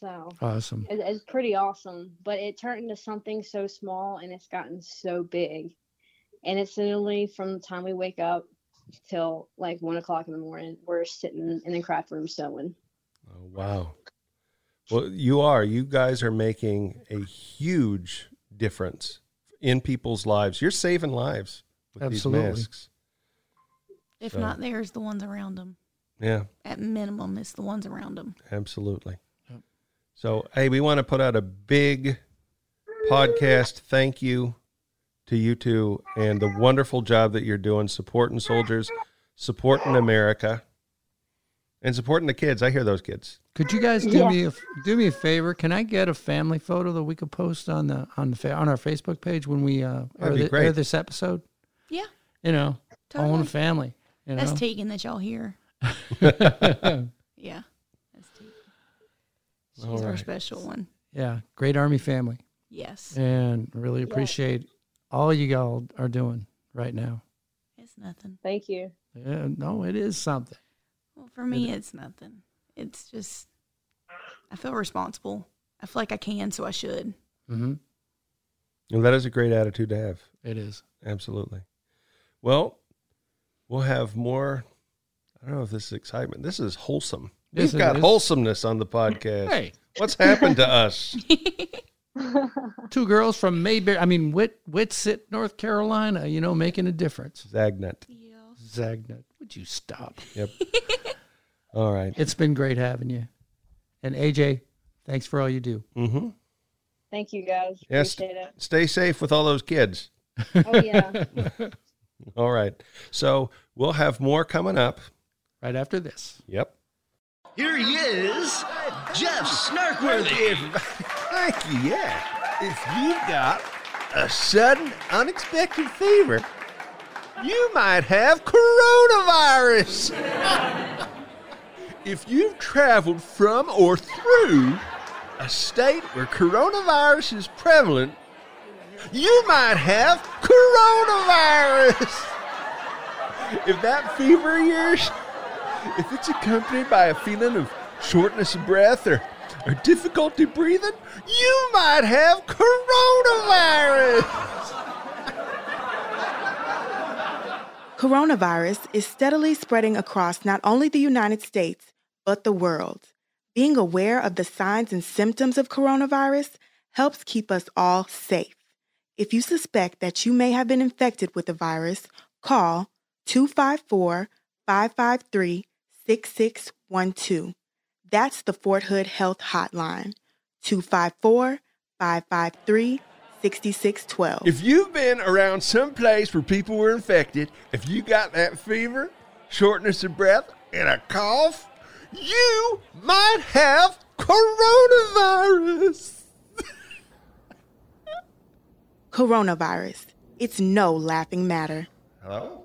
Speaker 7: So
Speaker 3: Awesome.
Speaker 7: it, it's pretty awesome, but it turned into something so small, and it's gotten so big. And it's literally from the time we wake up till like one o'clock in the morning, we're sitting in the craft room sewing.
Speaker 2: Oh, wow. Well, you are. You guys are making a huge difference in people's lives. You're saving lives with
Speaker 3: Absolutely.
Speaker 2: these masks.
Speaker 6: If
Speaker 2: So-
Speaker 6: not theirs, the ones around them.
Speaker 2: Yeah.
Speaker 6: At minimum, it's the ones around them.
Speaker 2: Absolutely. So, hey, we want to put out a big podcast thank you to you two and the wonderful job that you're doing supporting soldiers, supporting America, and supporting the kids. I hear those kids.
Speaker 3: Could you guys do me a f- do me a favor? Can I get a family photo that we could post on the on the fa- on our Facebook page when we uh, air,
Speaker 2: be
Speaker 3: the,
Speaker 2: great.
Speaker 3: air this episode?
Speaker 6: Yeah,
Speaker 3: You know, I want
Speaker 6: Totally.
Speaker 3: a family. You know,
Speaker 6: that's Tegan that y'all hear. Yeah, that's Tegan. She's
Speaker 2: All
Speaker 6: our
Speaker 2: right.
Speaker 6: special one.
Speaker 3: yeah, great army family,
Speaker 6: Yes,
Speaker 3: and really appreciate all you all are doing right now.
Speaker 6: it's nothing.
Speaker 7: Thank you.
Speaker 3: Yeah, no, it is something.
Speaker 6: Well, for me, it's nothing. It's just I feel responsible. I feel like I can, so I should.
Speaker 3: hmm
Speaker 2: And that is a great attitude to have.
Speaker 3: It is.
Speaker 2: Absolutely. Well, we'll have more. I don't know if this is excitement. This is wholesome.
Speaker 3: Yes,
Speaker 2: We've
Speaker 3: it
Speaker 2: got
Speaker 3: is.
Speaker 2: wholesomeness on the podcast.
Speaker 3: Hey,
Speaker 2: What's happened to us?
Speaker 3: two girls from Mayberry. I mean, Whit, Whitsitt, North Carolina. You know, making a difference.
Speaker 2: Zagnut.
Speaker 6: Yeah,
Speaker 3: Zagnut. Would you stop?
Speaker 2: Yep. All right.
Speaker 3: It's been great having you. And AJ, thanks for all you do.
Speaker 2: Mm-hmm.
Speaker 7: Thank you guys.
Speaker 2: Yes.
Speaker 7: Appreciate it.
Speaker 2: Stay safe with all those kids.
Speaker 7: Oh yeah.
Speaker 2: All right. So we'll have more coming up.
Speaker 3: Right after this.
Speaker 2: Yep.
Speaker 8: Here he is, Jeff Snarkworthy.
Speaker 9: If, thank you, yeah. If you've got a sudden, unexpected fever, you might have coronavirus. if you've traveled from or through a state where coronavirus is prevalent, you might have coronavirus. if that fever of yours if it's accompanied by a feeling of shortness of breath or, or difficulty breathing, you might have coronavirus.
Speaker 10: Coronavirus is steadily spreading across not only the United States, but the world. Being aware of the signs and symptoms of coronavirus helps keep us all safe. If you suspect that you may have been infected with the virus, call 254 553 6612. That's the Fort Hood Health Hotline 254 553 6612.
Speaker 9: If you've been around some place where people were infected, if you got that fever, shortness of breath, and a cough, you might have coronavirus.
Speaker 10: Coronavirus. It's no laughing matter.
Speaker 9: Hello?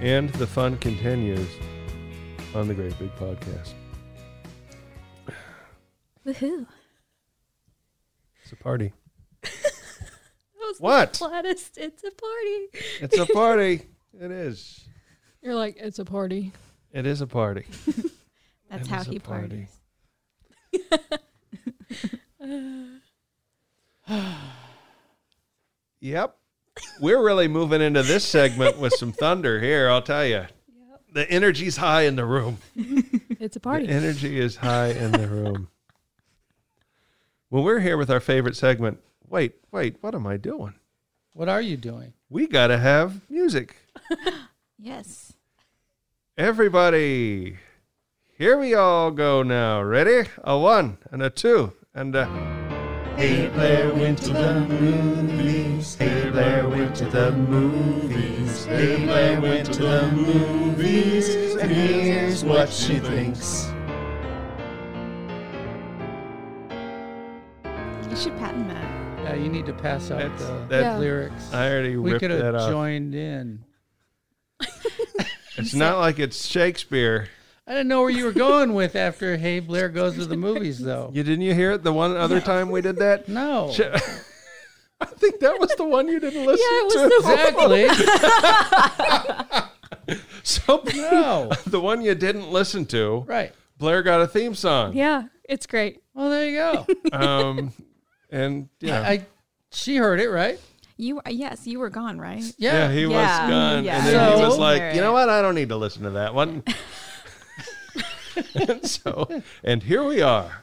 Speaker 2: And the fun continues on the Great Big Podcast.
Speaker 4: Woohoo.
Speaker 2: It's a party.
Speaker 4: That was
Speaker 2: What?
Speaker 4: The flattest. It's a party.
Speaker 2: It's a party. it is.
Speaker 11: You're like, it's a party.
Speaker 2: It is a party.
Speaker 4: That's
Speaker 2: It
Speaker 4: how
Speaker 2: was a
Speaker 4: he
Speaker 2: party.
Speaker 4: parties.
Speaker 2: Yep. We're really moving into this segment with some thunder here, I'll tell you. The energy's high in the room.
Speaker 11: It's a
Speaker 2: The
Speaker 11: party.
Speaker 2: energy is high in the room. well, we're here with our favorite segment. Wait, wait, what am I doing?
Speaker 3: What are you doing?
Speaker 2: We got to have music.
Speaker 4: Yes.
Speaker 2: Everybody, here we all go now. Ready? A one and a two and a. Hey Blair went to the movies. Hey Blair went to the movies. Hey Blair went to the movies. And here's what she thinks.
Speaker 4: You should patent that.
Speaker 3: Yeah, you need to pass out
Speaker 2: That's,
Speaker 3: the
Speaker 2: that,
Speaker 11: Yeah.
Speaker 3: lyrics.
Speaker 2: I already
Speaker 3: we
Speaker 2: ripped
Speaker 3: could
Speaker 2: that
Speaker 3: have
Speaker 2: off.
Speaker 3: joined in.
Speaker 2: It's not like it's Shakespeare.
Speaker 3: I didn't know where you were going with after Hey Blair goes to the movies though.
Speaker 2: You didn't you hear it the one other time we did that?
Speaker 3: No.
Speaker 2: Sh- I think that was the one you didn't listen
Speaker 4: Yeah, it was
Speaker 2: to.
Speaker 4: the one.
Speaker 3: Exactly.
Speaker 2: So
Speaker 3: No.
Speaker 2: the one you didn't listen to,
Speaker 3: Right.
Speaker 2: Blair got a theme song.
Speaker 11: Yeah, it's great.
Speaker 3: Well, there you go.
Speaker 2: Um, and yeah,
Speaker 3: I, I she heard it, right?
Speaker 4: You uh, yes, you were gone, right?
Speaker 2: yeah,
Speaker 3: Yeah.
Speaker 2: he
Speaker 4: Yeah.
Speaker 2: was gone,
Speaker 4: Yeah.
Speaker 2: and then he
Speaker 3: So-
Speaker 2: was like,
Speaker 4: Right.
Speaker 2: you know what? I don't need to listen to that one. and so, and here we are.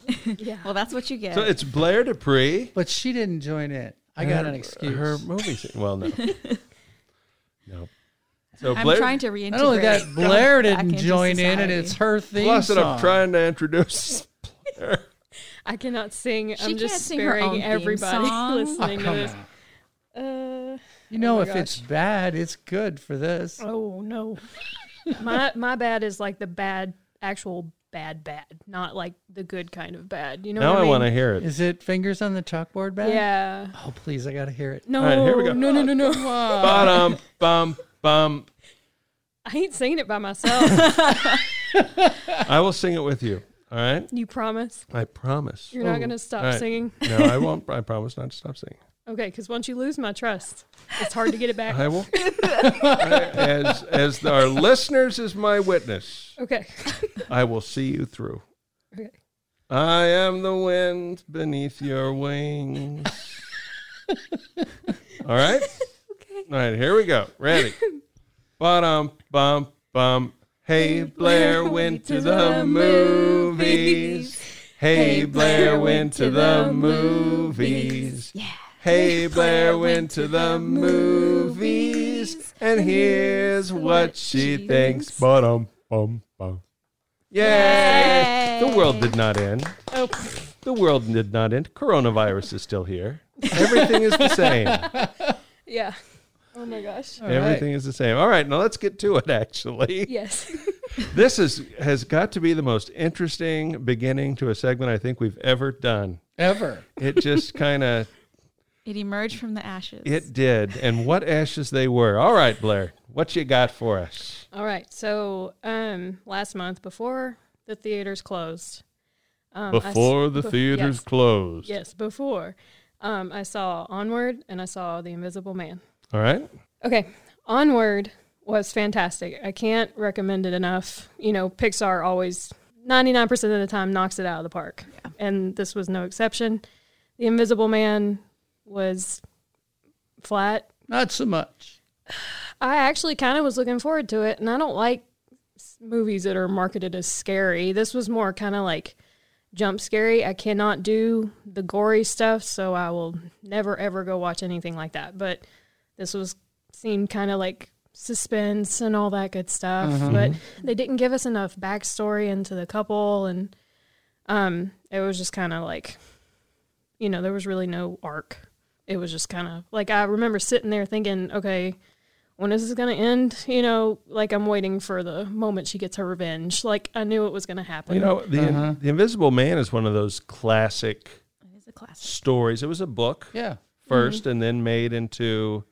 Speaker 4: Well, that's what you get.
Speaker 2: So it's Blair Dupree.
Speaker 3: but she didn't join in. I got
Speaker 2: Her-
Speaker 3: an excuse.
Speaker 2: Her movie. scene- Well, no, no. So
Speaker 4: I'm
Speaker 2: Blair,
Speaker 4: trying to reintegrate.
Speaker 3: Not only that, Blair
Speaker 4: back
Speaker 3: didn't
Speaker 4: into
Speaker 3: join in, and
Speaker 4: society.
Speaker 3: it's her theme
Speaker 2: plus that
Speaker 3: song.
Speaker 2: I'm trying to introduce Blair.
Speaker 11: I cannot sing.
Speaker 4: She
Speaker 11: I'm
Speaker 4: can't
Speaker 11: just
Speaker 4: sing her own theme
Speaker 11: sparing everybody
Speaker 4: song.
Speaker 3: Oh,
Speaker 11: listening to
Speaker 3: come
Speaker 11: this.
Speaker 3: on.
Speaker 11: Uh,
Speaker 3: You know,
Speaker 11: my
Speaker 3: if it's bad, it's good for this.
Speaker 11: oh no, my my bad is like the bad actual bad bad, not like the good kind of bad. You know.
Speaker 2: now
Speaker 11: what
Speaker 2: I
Speaker 11: I, mean?
Speaker 2: want to hear it.
Speaker 3: Is it fingers on the chalkboard bag?
Speaker 11: Yeah.
Speaker 3: Oh, please, I gotta hear it.
Speaker 11: No.
Speaker 2: right, here we go.
Speaker 11: No. No. No. No.
Speaker 2: Bottom, bum, bum.
Speaker 11: I ain't singing it by myself.
Speaker 2: I will sing it with you. All right.
Speaker 11: you promise
Speaker 2: I promise. Oh,
Speaker 11: you're not gonna stop
Speaker 2: All right.
Speaker 11: singing.
Speaker 2: No, I won't. I promise not to stop singing.
Speaker 11: Okay, because once you lose my trust, it's hard to get it back.
Speaker 2: I will. as as our listeners is my witness,
Speaker 11: Okay.
Speaker 2: I will see you through.
Speaker 11: Okay.
Speaker 2: I am the wind beneath your wings. All right. Okay. All right. Here we go. Ready. Bum bum bum. Hey Blair went to the movies. Hey Blair went to the movies. Hey Blair went to the movies. And here's what she thinks. Bum bum bum. Yay! The world did not end.
Speaker 11: Oh,
Speaker 2: The world did not end. Coronavirus is still here. Everything is the same.
Speaker 11: yeah. Oh my gosh.
Speaker 2: Everything is the same. All right, now let's get to it actually.
Speaker 11: Yes.
Speaker 2: this is has got to be the most interesting beginning to a segment I think we've ever done.
Speaker 3: Ever.
Speaker 2: It just kind of
Speaker 4: It emerged from the ashes.
Speaker 2: it did, and what ashes they were. All right, Blair, what you got for us?
Speaker 11: All right. So um, last month, before the theaters closed, um, I s-
Speaker 2: Before the
Speaker 11: bef-
Speaker 2: theaters
Speaker 11: yes.
Speaker 2: closed.
Speaker 11: Yes, before. Um, I saw Onward and I saw The Invisible Man.
Speaker 2: All right,
Speaker 11: Okay. Onward was fantastic. I can't recommend it enough. You know, Pixar always 99% of the time knocks it out of the park. And this was no exception. The Invisible Man was flat.
Speaker 3: Not so much.
Speaker 11: I actually kind of was looking forward to it, and I don't like s- movies that are marketed as scary. This was more kind of like jump scary. I cannot do the gory stuff, so I will never ever go watch anything like that. But this was seemed kind of like suspense and all that good stuff.
Speaker 12: Mhm.
Speaker 11: But they didn't give us enough backstory into the couple, and um, it was just kind of like, you know, there was really no arc. It was just kind of like I remember sitting there thinking, okay, when is this going to end? You know, like I'm waiting for the moment she gets her revenge. Like I knew it was going to happen.
Speaker 2: you know the the Invisible Man is one of those classic, stories. It was a book,
Speaker 3: Yeah.
Speaker 2: 1st and then made into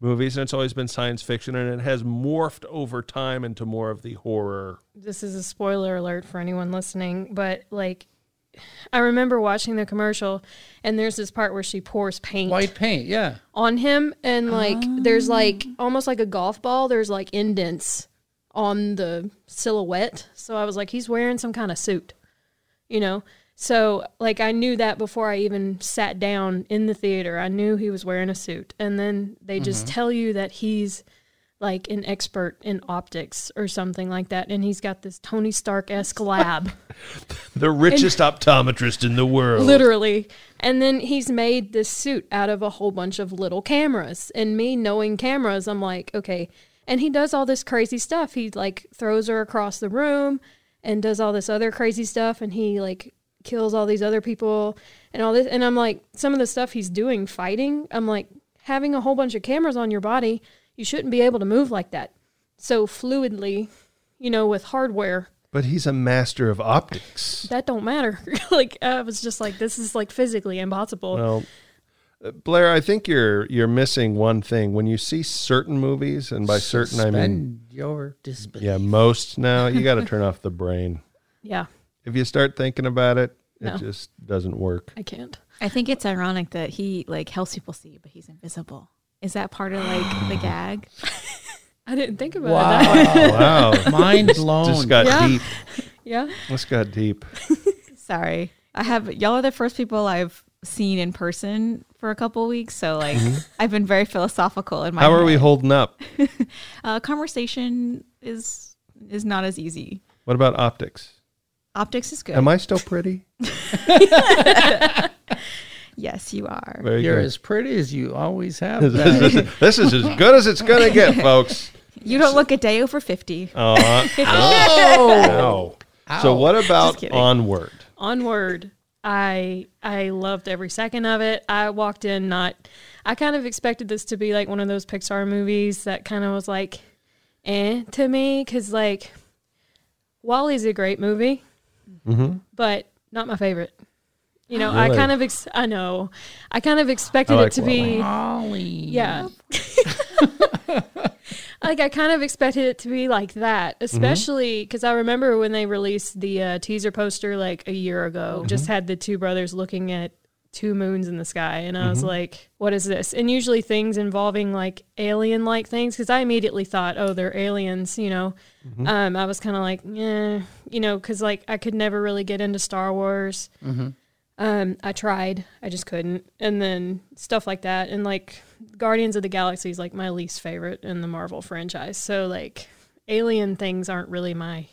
Speaker 2: movies, and it's always been science fiction, and it has morphed over time into more of the horror
Speaker 11: this is a spoiler alert for anyone listening, but like I remember watching the commercial and there's this part where she pours paint
Speaker 3: White paint, yeah.
Speaker 11: on him and like there's like almost like a golf ball, there's like indents on the silhouette. So I was like he's wearing some kind of suit. You know? So like I knew that before I even sat down in the theater. I knew he was wearing a suit. And then they just
Speaker 3: Mm-hmm.
Speaker 12: Mhm.
Speaker 11: tell you that he's like an expert in optics or something like that. And he's got this Tony Stark esque lab,
Speaker 2: the richest optometrist in the world.
Speaker 11: literally. And then he's made this suit out of a whole bunch of little cameras. And me knowing cameras, I'm like, okay. And he does all this crazy stuff. He like throws her across the room and does all this other crazy stuff. And he like kills all these other people and all this. And I'm like, some of the stuff he's doing fighting, I'm like, having a whole bunch of cameras on your body, you shouldn't be able to move like that so fluidly, you know, with hardware.
Speaker 2: But he's a master of optics.
Speaker 11: That don't matter. like I was just like, this is like physically impossible.
Speaker 2: Well, uh, Blair, I think you're you're missing one thing. When you see certain movies, and by certain I mean
Speaker 3: Suspend your disbelief.
Speaker 2: yeah, most now you got to turn off the brain.
Speaker 11: Yeah.
Speaker 2: If you start thinking about it,
Speaker 4: No.
Speaker 2: it just doesn't work.
Speaker 11: I can't.
Speaker 4: I think it's ironic that he like helps people see, but he's invisible. Is that part of like the gag?
Speaker 11: I didn't think about
Speaker 4: Wow.
Speaker 11: it that. way.
Speaker 2: Wow,
Speaker 3: Mind
Speaker 2: This
Speaker 3: blown.
Speaker 2: Just got
Speaker 4: Yeah.
Speaker 2: deep.
Speaker 11: Yeah.
Speaker 2: This got deep.
Speaker 4: Sorry. I have y'all are the first people I've seen in person for a couple weeks, so like
Speaker 2: Mhm.
Speaker 4: I've been very philosophical in my
Speaker 2: How are we
Speaker 4: head.
Speaker 2: holding up?
Speaker 4: Uh, conversation is is not as easy.
Speaker 2: What about optics?
Speaker 4: Optics is good.
Speaker 2: Am I still pretty?
Speaker 4: yes, you are.
Speaker 2: Very
Speaker 3: You're
Speaker 2: good.
Speaker 3: as pretty as you always have.
Speaker 2: this,
Speaker 3: been.
Speaker 2: is, this is as good as it's gonna get, folks.
Speaker 4: You don't look a day over fifty.
Speaker 2: Oh,
Speaker 4: Ow.
Speaker 2: Ow. So
Speaker 4: Ow.
Speaker 2: what
Speaker 4: Just
Speaker 2: about
Speaker 4: kidding.
Speaker 2: onward?
Speaker 11: Onward. I I loved every second of it. I walked in not I kind of expected this to be like one of those Pixar movies that kind of was like eh to me cuz like Wally's a great movie,
Speaker 2: Mm-hmm.
Speaker 11: but not my favorite. You know, I
Speaker 12: Really?
Speaker 11: kind of ex- I know. I kind of expected
Speaker 12: I like
Speaker 11: it to be
Speaker 3: Wall-E.
Speaker 11: Yeah. like I kind of expected it to be like
Speaker 12: Mm-hmm.
Speaker 11: that, especially because I remember when they released the uh, teaser poster like a year ago,
Speaker 12: Mm-hmm.
Speaker 11: just had the two brothers looking at two moons in the sky, and I was
Speaker 12: Mhm.
Speaker 11: like, "What is this?" And usually things involving like alien-like things, because I immediately thought, "Oh, they're aliens," you know.
Speaker 12: Mhm.
Speaker 11: Um, "Eh," I was kind of like, "Yeah," you know, because like I could never really get into Star Wars.
Speaker 12: Mhm.
Speaker 11: Um, I tried, I just couldn't, and then stuff like that, and like Guardians of the Galaxy is like my least favorite in the Marvel franchise. So like alien things aren't really my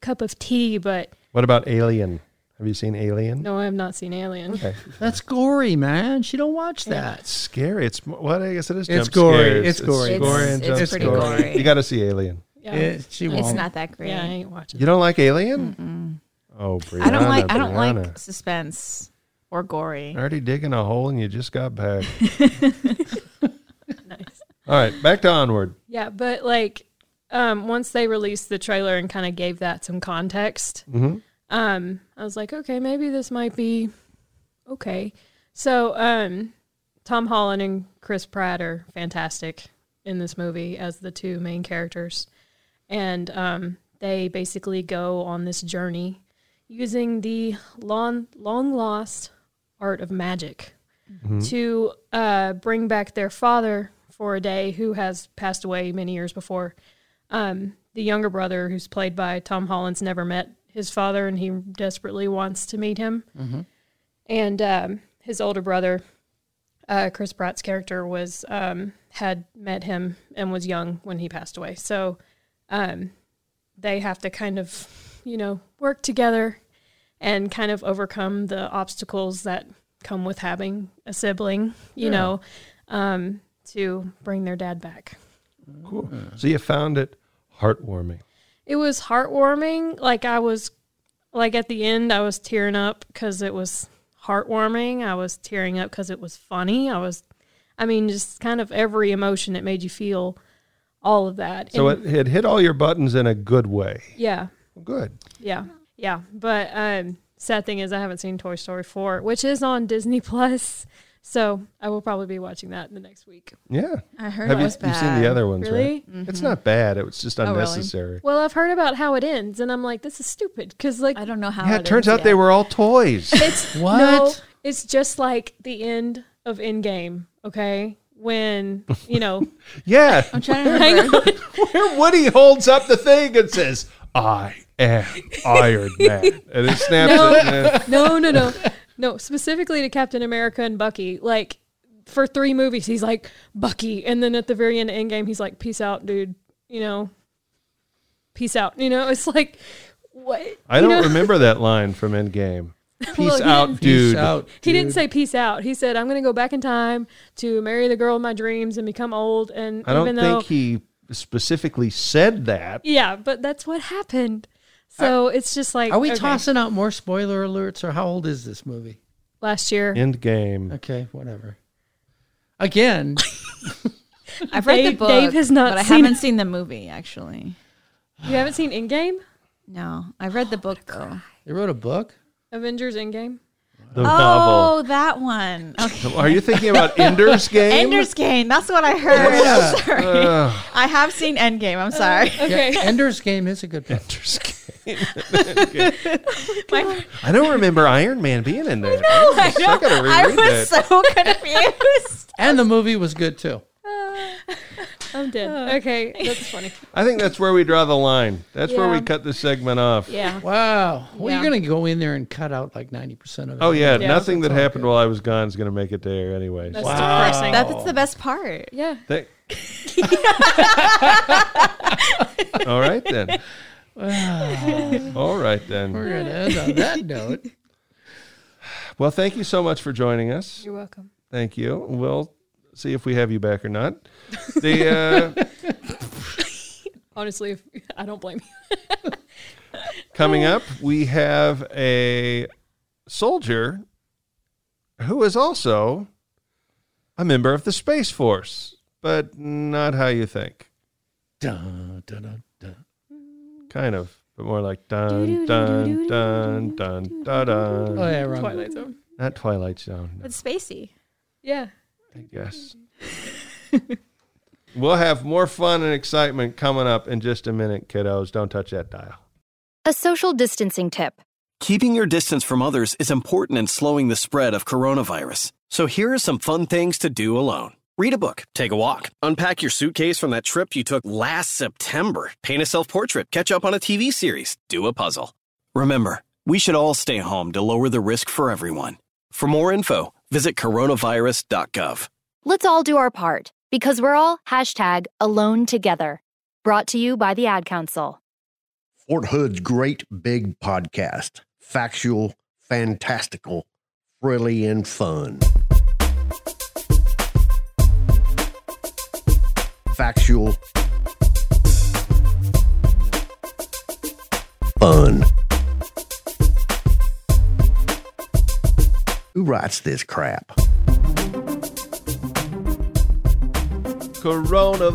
Speaker 11: cup of tea, but
Speaker 2: What about Alien? Have you seen Alien?
Speaker 11: no, I have not seen Alien.
Speaker 2: Okay.
Speaker 3: That's gory, man. She don't watch that.
Speaker 2: It's scary. It's mo- well, I guess it is.
Speaker 3: It's
Speaker 2: jump
Speaker 3: gory.
Speaker 2: scares.
Speaker 3: It's gory.
Speaker 4: It's-
Speaker 2: and
Speaker 4: it's
Speaker 2: jump
Speaker 4: pretty
Speaker 2: scares.
Speaker 4: gory.
Speaker 2: You got to see Alien.
Speaker 11: Yeah.
Speaker 3: It- she won't.
Speaker 4: It's not that great.
Speaker 11: yeah, I ain't watching.
Speaker 2: You don't like
Speaker 4: Hmm.
Speaker 2: Alien? Oh, Brianna,
Speaker 4: I don't like. I don't
Speaker 2: Brianna.
Speaker 4: like suspense or gory.
Speaker 2: Already digging a hole and you just got back. All right, back to onward.
Speaker 11: Yeah, but like um, once they released the trailer and kind of gave that some context,
Speaker 2: Mhm.
Speaker 11: um, I was like, okay, maybe this might be okay. So um, Tom Holland and Chris Pratt are fantastic in this movie as the two main characters, and um, they basically go on this journey using the long long lost art of magic to uh, bring back their father for a day, who has passed away many years before. Um, the younger brother, who's played by Tom Holland's, never met his father, and he desperately wants to meet him.
Speaker 7: Mm-hmm.
Speaker 11: And um, his older brother, uh, Chris Pratt's character, was um, had met him and was young when he passed away. So um, they have to kind of, you know, work together and kind of overcome the obstacles that come with having a sibling, you know, um, to bring their dad back.
Speaker 2: Cool. So you found it heartwarming.
Speaker 11: It was heartwarming. Like I was, like at the end, I was tearing up because it was heartwarming. I was tearing up because it was funny. I was, I mean, just kind of every emotion it made you feel, all of that.
Speaker 2: So
Speaker 11: And-
Speaker 2: it, it hit all your buttons in a good way.
Speaker 11: yeah.
Speaker 2: Good.
Speaker 11: Yeah. Yeah. But um sad thing is I haven't seen Toy Story 4, which is on Disney Plus. So I will probably be watching that in the next week.
Speaker 2: Yeah.
Speaker 4: I heard
Speaker 2: Have
Speaker 4: it
Speaker 2: you,
Speaker 4: was bad. Oh,
Speaker 2: you've seen the other ones,
Speaker 11: Really?
Speaker 2: right? It's not bad. It was just
Speaker 4: really?
Speaker 2: unnecessary.
Speaker 11: Well, I've heard about how it ends and I'm like, this is stupid because like
Speaker 4: Oh, I don't know how.
Speaker 2: Yeah, it turns out they were all toys.
Speaker 11: it's
Speaker 3: What?
Speaker 11: no, it's just like the end of Endgame, okay? When, you know,
Speaker 2: yeah.
Speaker 4: I'm trying to remember.
Speaker 2: Where Woody holds up the thing and says, I am Iron Man. And it snaps
Speaker 11: No.
Speaker 2: it. and-
Speaker 11: no, no, no, no. Specifically to Captain America and Bucky, like for three movies, he's like Bucky, and then at the very end of Endgame, he's like, "Peace out, dude." You know, peace out. You know, it's like what
Speaker 2: I
Speaker 11: you
Speaker 2: don't
Speaker 11: know?
Speaker 2: remember that line from Endgame. Peace
Speaker 11: Well, he
Speaker 2: out,
Speaker 11: didn't-
Speaker 2: dude.
Speaker 3: Peace out,
Speaker 11: He didn't
Speaker 3: dude.
Speaker 11: say peace out. He said, "I'm going to go back in time to marry the girl of my dreams and become old." And
Speaker 2: I don't
Speaker 11: even
Speaker 2: think
Speaker 11: though,
Speaker 2: he specifically said that.
Speaker 11: yeah, but that's what happened. So it's just like,
Speaker 3: Are we
Speaker 11: okay,
Speaker 3: tossing out more spoiler alerts or how old is this movie?
Speaker 11: last year?
Speaker 2: Endgame.
Speaker 3: Okay, whatever. Again,
Speaker 4: I've read the
Speaker 11: Dave-
Speaker 4: book.
Speaker 11: Dave has not
Speaker 4: but
Speaker 11: seen
Speaker 4: I haven't
Speaker 11: it.
Speaker 4: seen the movie actually.
Speaker 11: You haven't seen Endgame,
Speaker 4: No, I've read the book though.
Speaker 3: they wrote a book.
Speaker 11: Avengers Endgame.
Speaker 2: The
Speaker 4: Oh, that one. Okay.
Speaker 2: novel. Are you thinking about Ender's Game?
Speaker 4: Ender's Game. That's what Uh, I heard.
Speaker 3: Yeah.
Speaker 4: I'm sorry. I have seen Endgame. I'm sorry.
Speaker 11: Okay,
Speaker 3: Ender's Game is a good book.
Speaker 2: Ender's Game. I don't remember Iron Man being in there.
Speaker 4: I, know.
Speaker 2: gotta reread
Speaker 4: I was
Speaker 2: that.
Speaker 4: so confused.
Speaker 3: And the movie was good too.
Speaker 11: I'm
Speaker 4: Oh.
Speaker 11: dead. Okay, that's funny.
Speaker 2: I think that's where we draw the line. That's where we
Speaker 11: Yeah.
Speaker 2: cut this segment off.
Speaker 11: Yeah.
Speaker 3: Wow. Well,
Speaker 11: Yeah.
Speaker 3: you're going to go in there and cut out like 90% of it.
Speaker 2: Oh yeah,
Speaker 11: Yeah.
Speaker 2: nothing that happened while I was gone is going to make it to air anyway.
Speaker 11: That's
Speaker 2: So
Speaker 11: depressing.
Speaker 4: That's the best part.
Speaker 11: yeah.
Speaker 2: that- All right then. All right then.
Speaker 3: We're going to end on that note.
Speaker 2: Well, thank you so much for joining us.
Speaker 11: You're welcome.
Speaker 2: Thank you. We'll see if we have you back or not. The uh,
Speaker 11: Honestly, if, I don't blame you.
Speaker 2: coming up, we have a soldier who is also a member of the Space Force, but not how you think.
Speaker 3: Dun, dun, dun, dun.
Speaker 2: Kind of, but more like dun dun dun dun dun
Speaker 3: Oh,
Speaker 2: dun.
Speaker 3: yeah, wrong.
Speaker 11: Twilight Zone.
Speaker 2: Not Twilight Zone.
Speaker 4: But spacey.
Speaker 11: Yeah.
Speaker 2: I guess. we'll have more fun and excitement coming up in just a minute, kiddos. Don't touch that dial.
Speaker 12: A social distancing tip.
Speaker 5: Keeping your distance from others is important in slowing the spread of coronavirus. So here are some fun things to do alone. Read a book, take a walk, unpack your suitcase from that trip you took last September, paint a self portrait, catch up on a TV series, do a puzzle. Remember,
Speaker 13: We should all stay home to lower the risk for everyone. For more info, visit coronavirus.gov.
Speaker 12: Let's all do our part because we're all hashtag alone together. Brought to you by the Ad Council.
Speaker 1: Fort Hood's great big podcast. Factual, fantastical, frilly, and fun. Factual. Fun. Who writes this crap?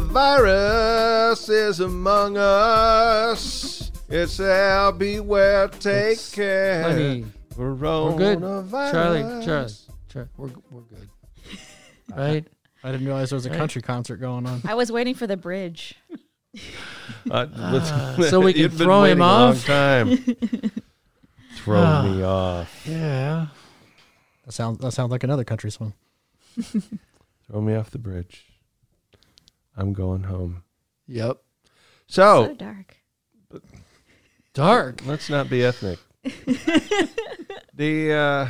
Speaker 2: Coronavirus is among us. It's our beware, take care.
Speaker 3: funny. We're good. Charlie, Charlie,
Speaker 2: Coronavirus.
Speaker 3: Charlie, we're, we're good. Right?
Speaker 14: I didn't realize there was a
Speaker 3: Right.
Speaker 14: country concert going on.
Speaker 4: I was waiting for the bridge.
Speaker 2: Uh, let's-
Speaker 3: Ah, so we can
Speaker 2: You've been
Speaker 3: throw
Speaker 2: waiting
Speaker 3: him
Speaker 2: a long
Speaker 3: off?
Speaker 2: time. Throw
Speaker 14: Ah.
Speaker 2: me off.
Speaker 14: Yeah. That sounds that sounds like another country song.
Speaker 2: Throw me off the bridge. I'm going home.
Speaker 3: Yep.
Speaker 2: So,
Speaker 4: So dark.
Speaker 3: Dark.
Speaker 2: Let's not be ethnic. the uh,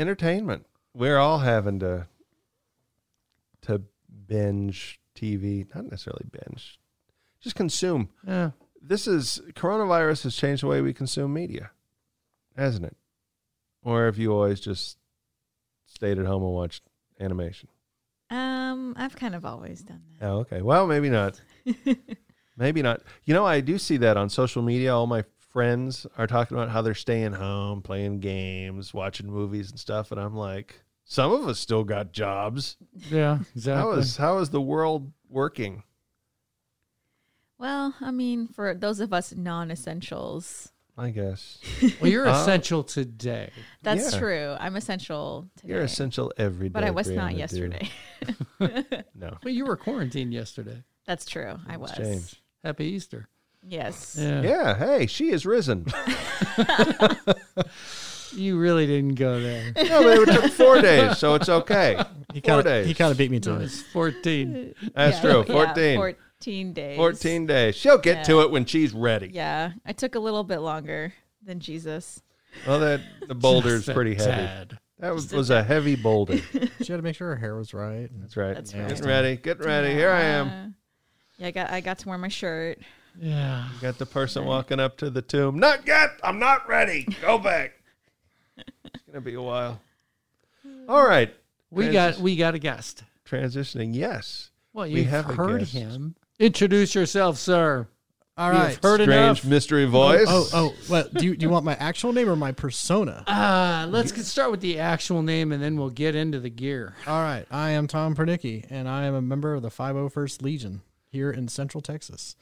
Speaker 2: entertainment. We're all having to to binge TV, not necessarily binge, just consume.
Speaker 3: Yeah.
Speaker 2: This is coronavirus has changed the way we consume media, hasn't it? Or have you always just stayed at home and watched animation?
Speaker 4: Um, I've kind of always done that.
Speaker 2: Oh, okay. Well, maybe not. maybe not. You know, I do see that on social media. All my friends are talking about how they're staying home, playing games, watching movies and stuff, and I'm like, some of us still got jobs.
Speaker 14: Yeah, exactly.
Speaker 2: How is how is the world working?
Speaker 4: Well, I mean, for those of us non-essentials,
Speaker 2: I guess.
Speaker 3: Well, you're
Speaker 2: Uh,
Speaker 3: essential today.
Speaker 4: that's
Speaker 2: Yeah.
Speaker 4: true. I'm essential today.
Speaker 2: You're essential every day.
Speaker 4: But I was not
Speaker 2: Brianna,
Speaker 4: yesterday.
Speaker 2: dude. no.
Speaker 3: Well, you were quarantined yesterday.
Speaker 4: That's true. I was.
Speaker 2: It's changed.
Speaker 3: Happy Easter.
Speaker 4: Yes.
Speaker 3: Yeah.
Speaker 2: Yeah. Hey, she is risen.
Speaker 3: You really didn't go there.
Speaker 2: no, but it took four days, so it's okay.
Speaker 14: He
Speaker 2: four
Speaker 14: kinda-
Speaker 2: days.
Speaker 14: he kinda beat me to
Speaker 3: No,
Speaker 14: it.
Speaker 3: it's 14.
Speaker 2: That's
Speaker 4: Yeah.
Speaker 2: true.
Speaker 4: Yeah,
Speaker 2: 14.
Speaker 4: 14 days.
Speaker 2: 14 days. She'll get to
Speaker 4: Yeah.
Speaker 2: it when she's ready.
Speaker 4: Yeah. I took a little bit longer than Jesus.
Speaker 2: Well, that the boulder's
Speaker 14: Just a
Speaker 2: pretty heavy.
Speaker 14: tad.
Speaker 2: That was, was a heavy boulder.
Speaker 14: She had to make sure her hair was right.
Speaker 2: That's right.
Speaker 4: That's
Speaker 2: Getting
Speaker 4: right.
Speaker 2: ready. Getting ready. Here I am.
Speaker 4: Yeah. Yeah, I got I got to wear my shirt.
Speaker 3: Yeah.
Speaker 2: You got the person walking up to the tomb. Not yet. I'm not ready. Go back. it's gonna be a while. All right.
Speaker 3: We got we got a guest.
Speaker 2: transitioning. Yes.
Speaker 3: Well,
Speaker 2: We
Speaker 3: you've
Speaker 2: have a
Speaker 3: heard
Speaker 2: guest.
Speaker 3: him. Introduce yourself, sir.
Speaker 14: All
Speaker 3: You've
Speaker 14: right.
Speaker 3: heard
Speaker 2: Strange
Speaker 3: enough.
Speaker 2: mystery voice.
Speaker 14: Oh, oh, well, do you, do you want my actual name or my persona?
Speaker 3: Uh, let's get start with the actual name, and then we'll get into the gear.
Speaker 14: All right. I am Tom Pernicki, and I am a member of the 501st Legion here in Central Texas.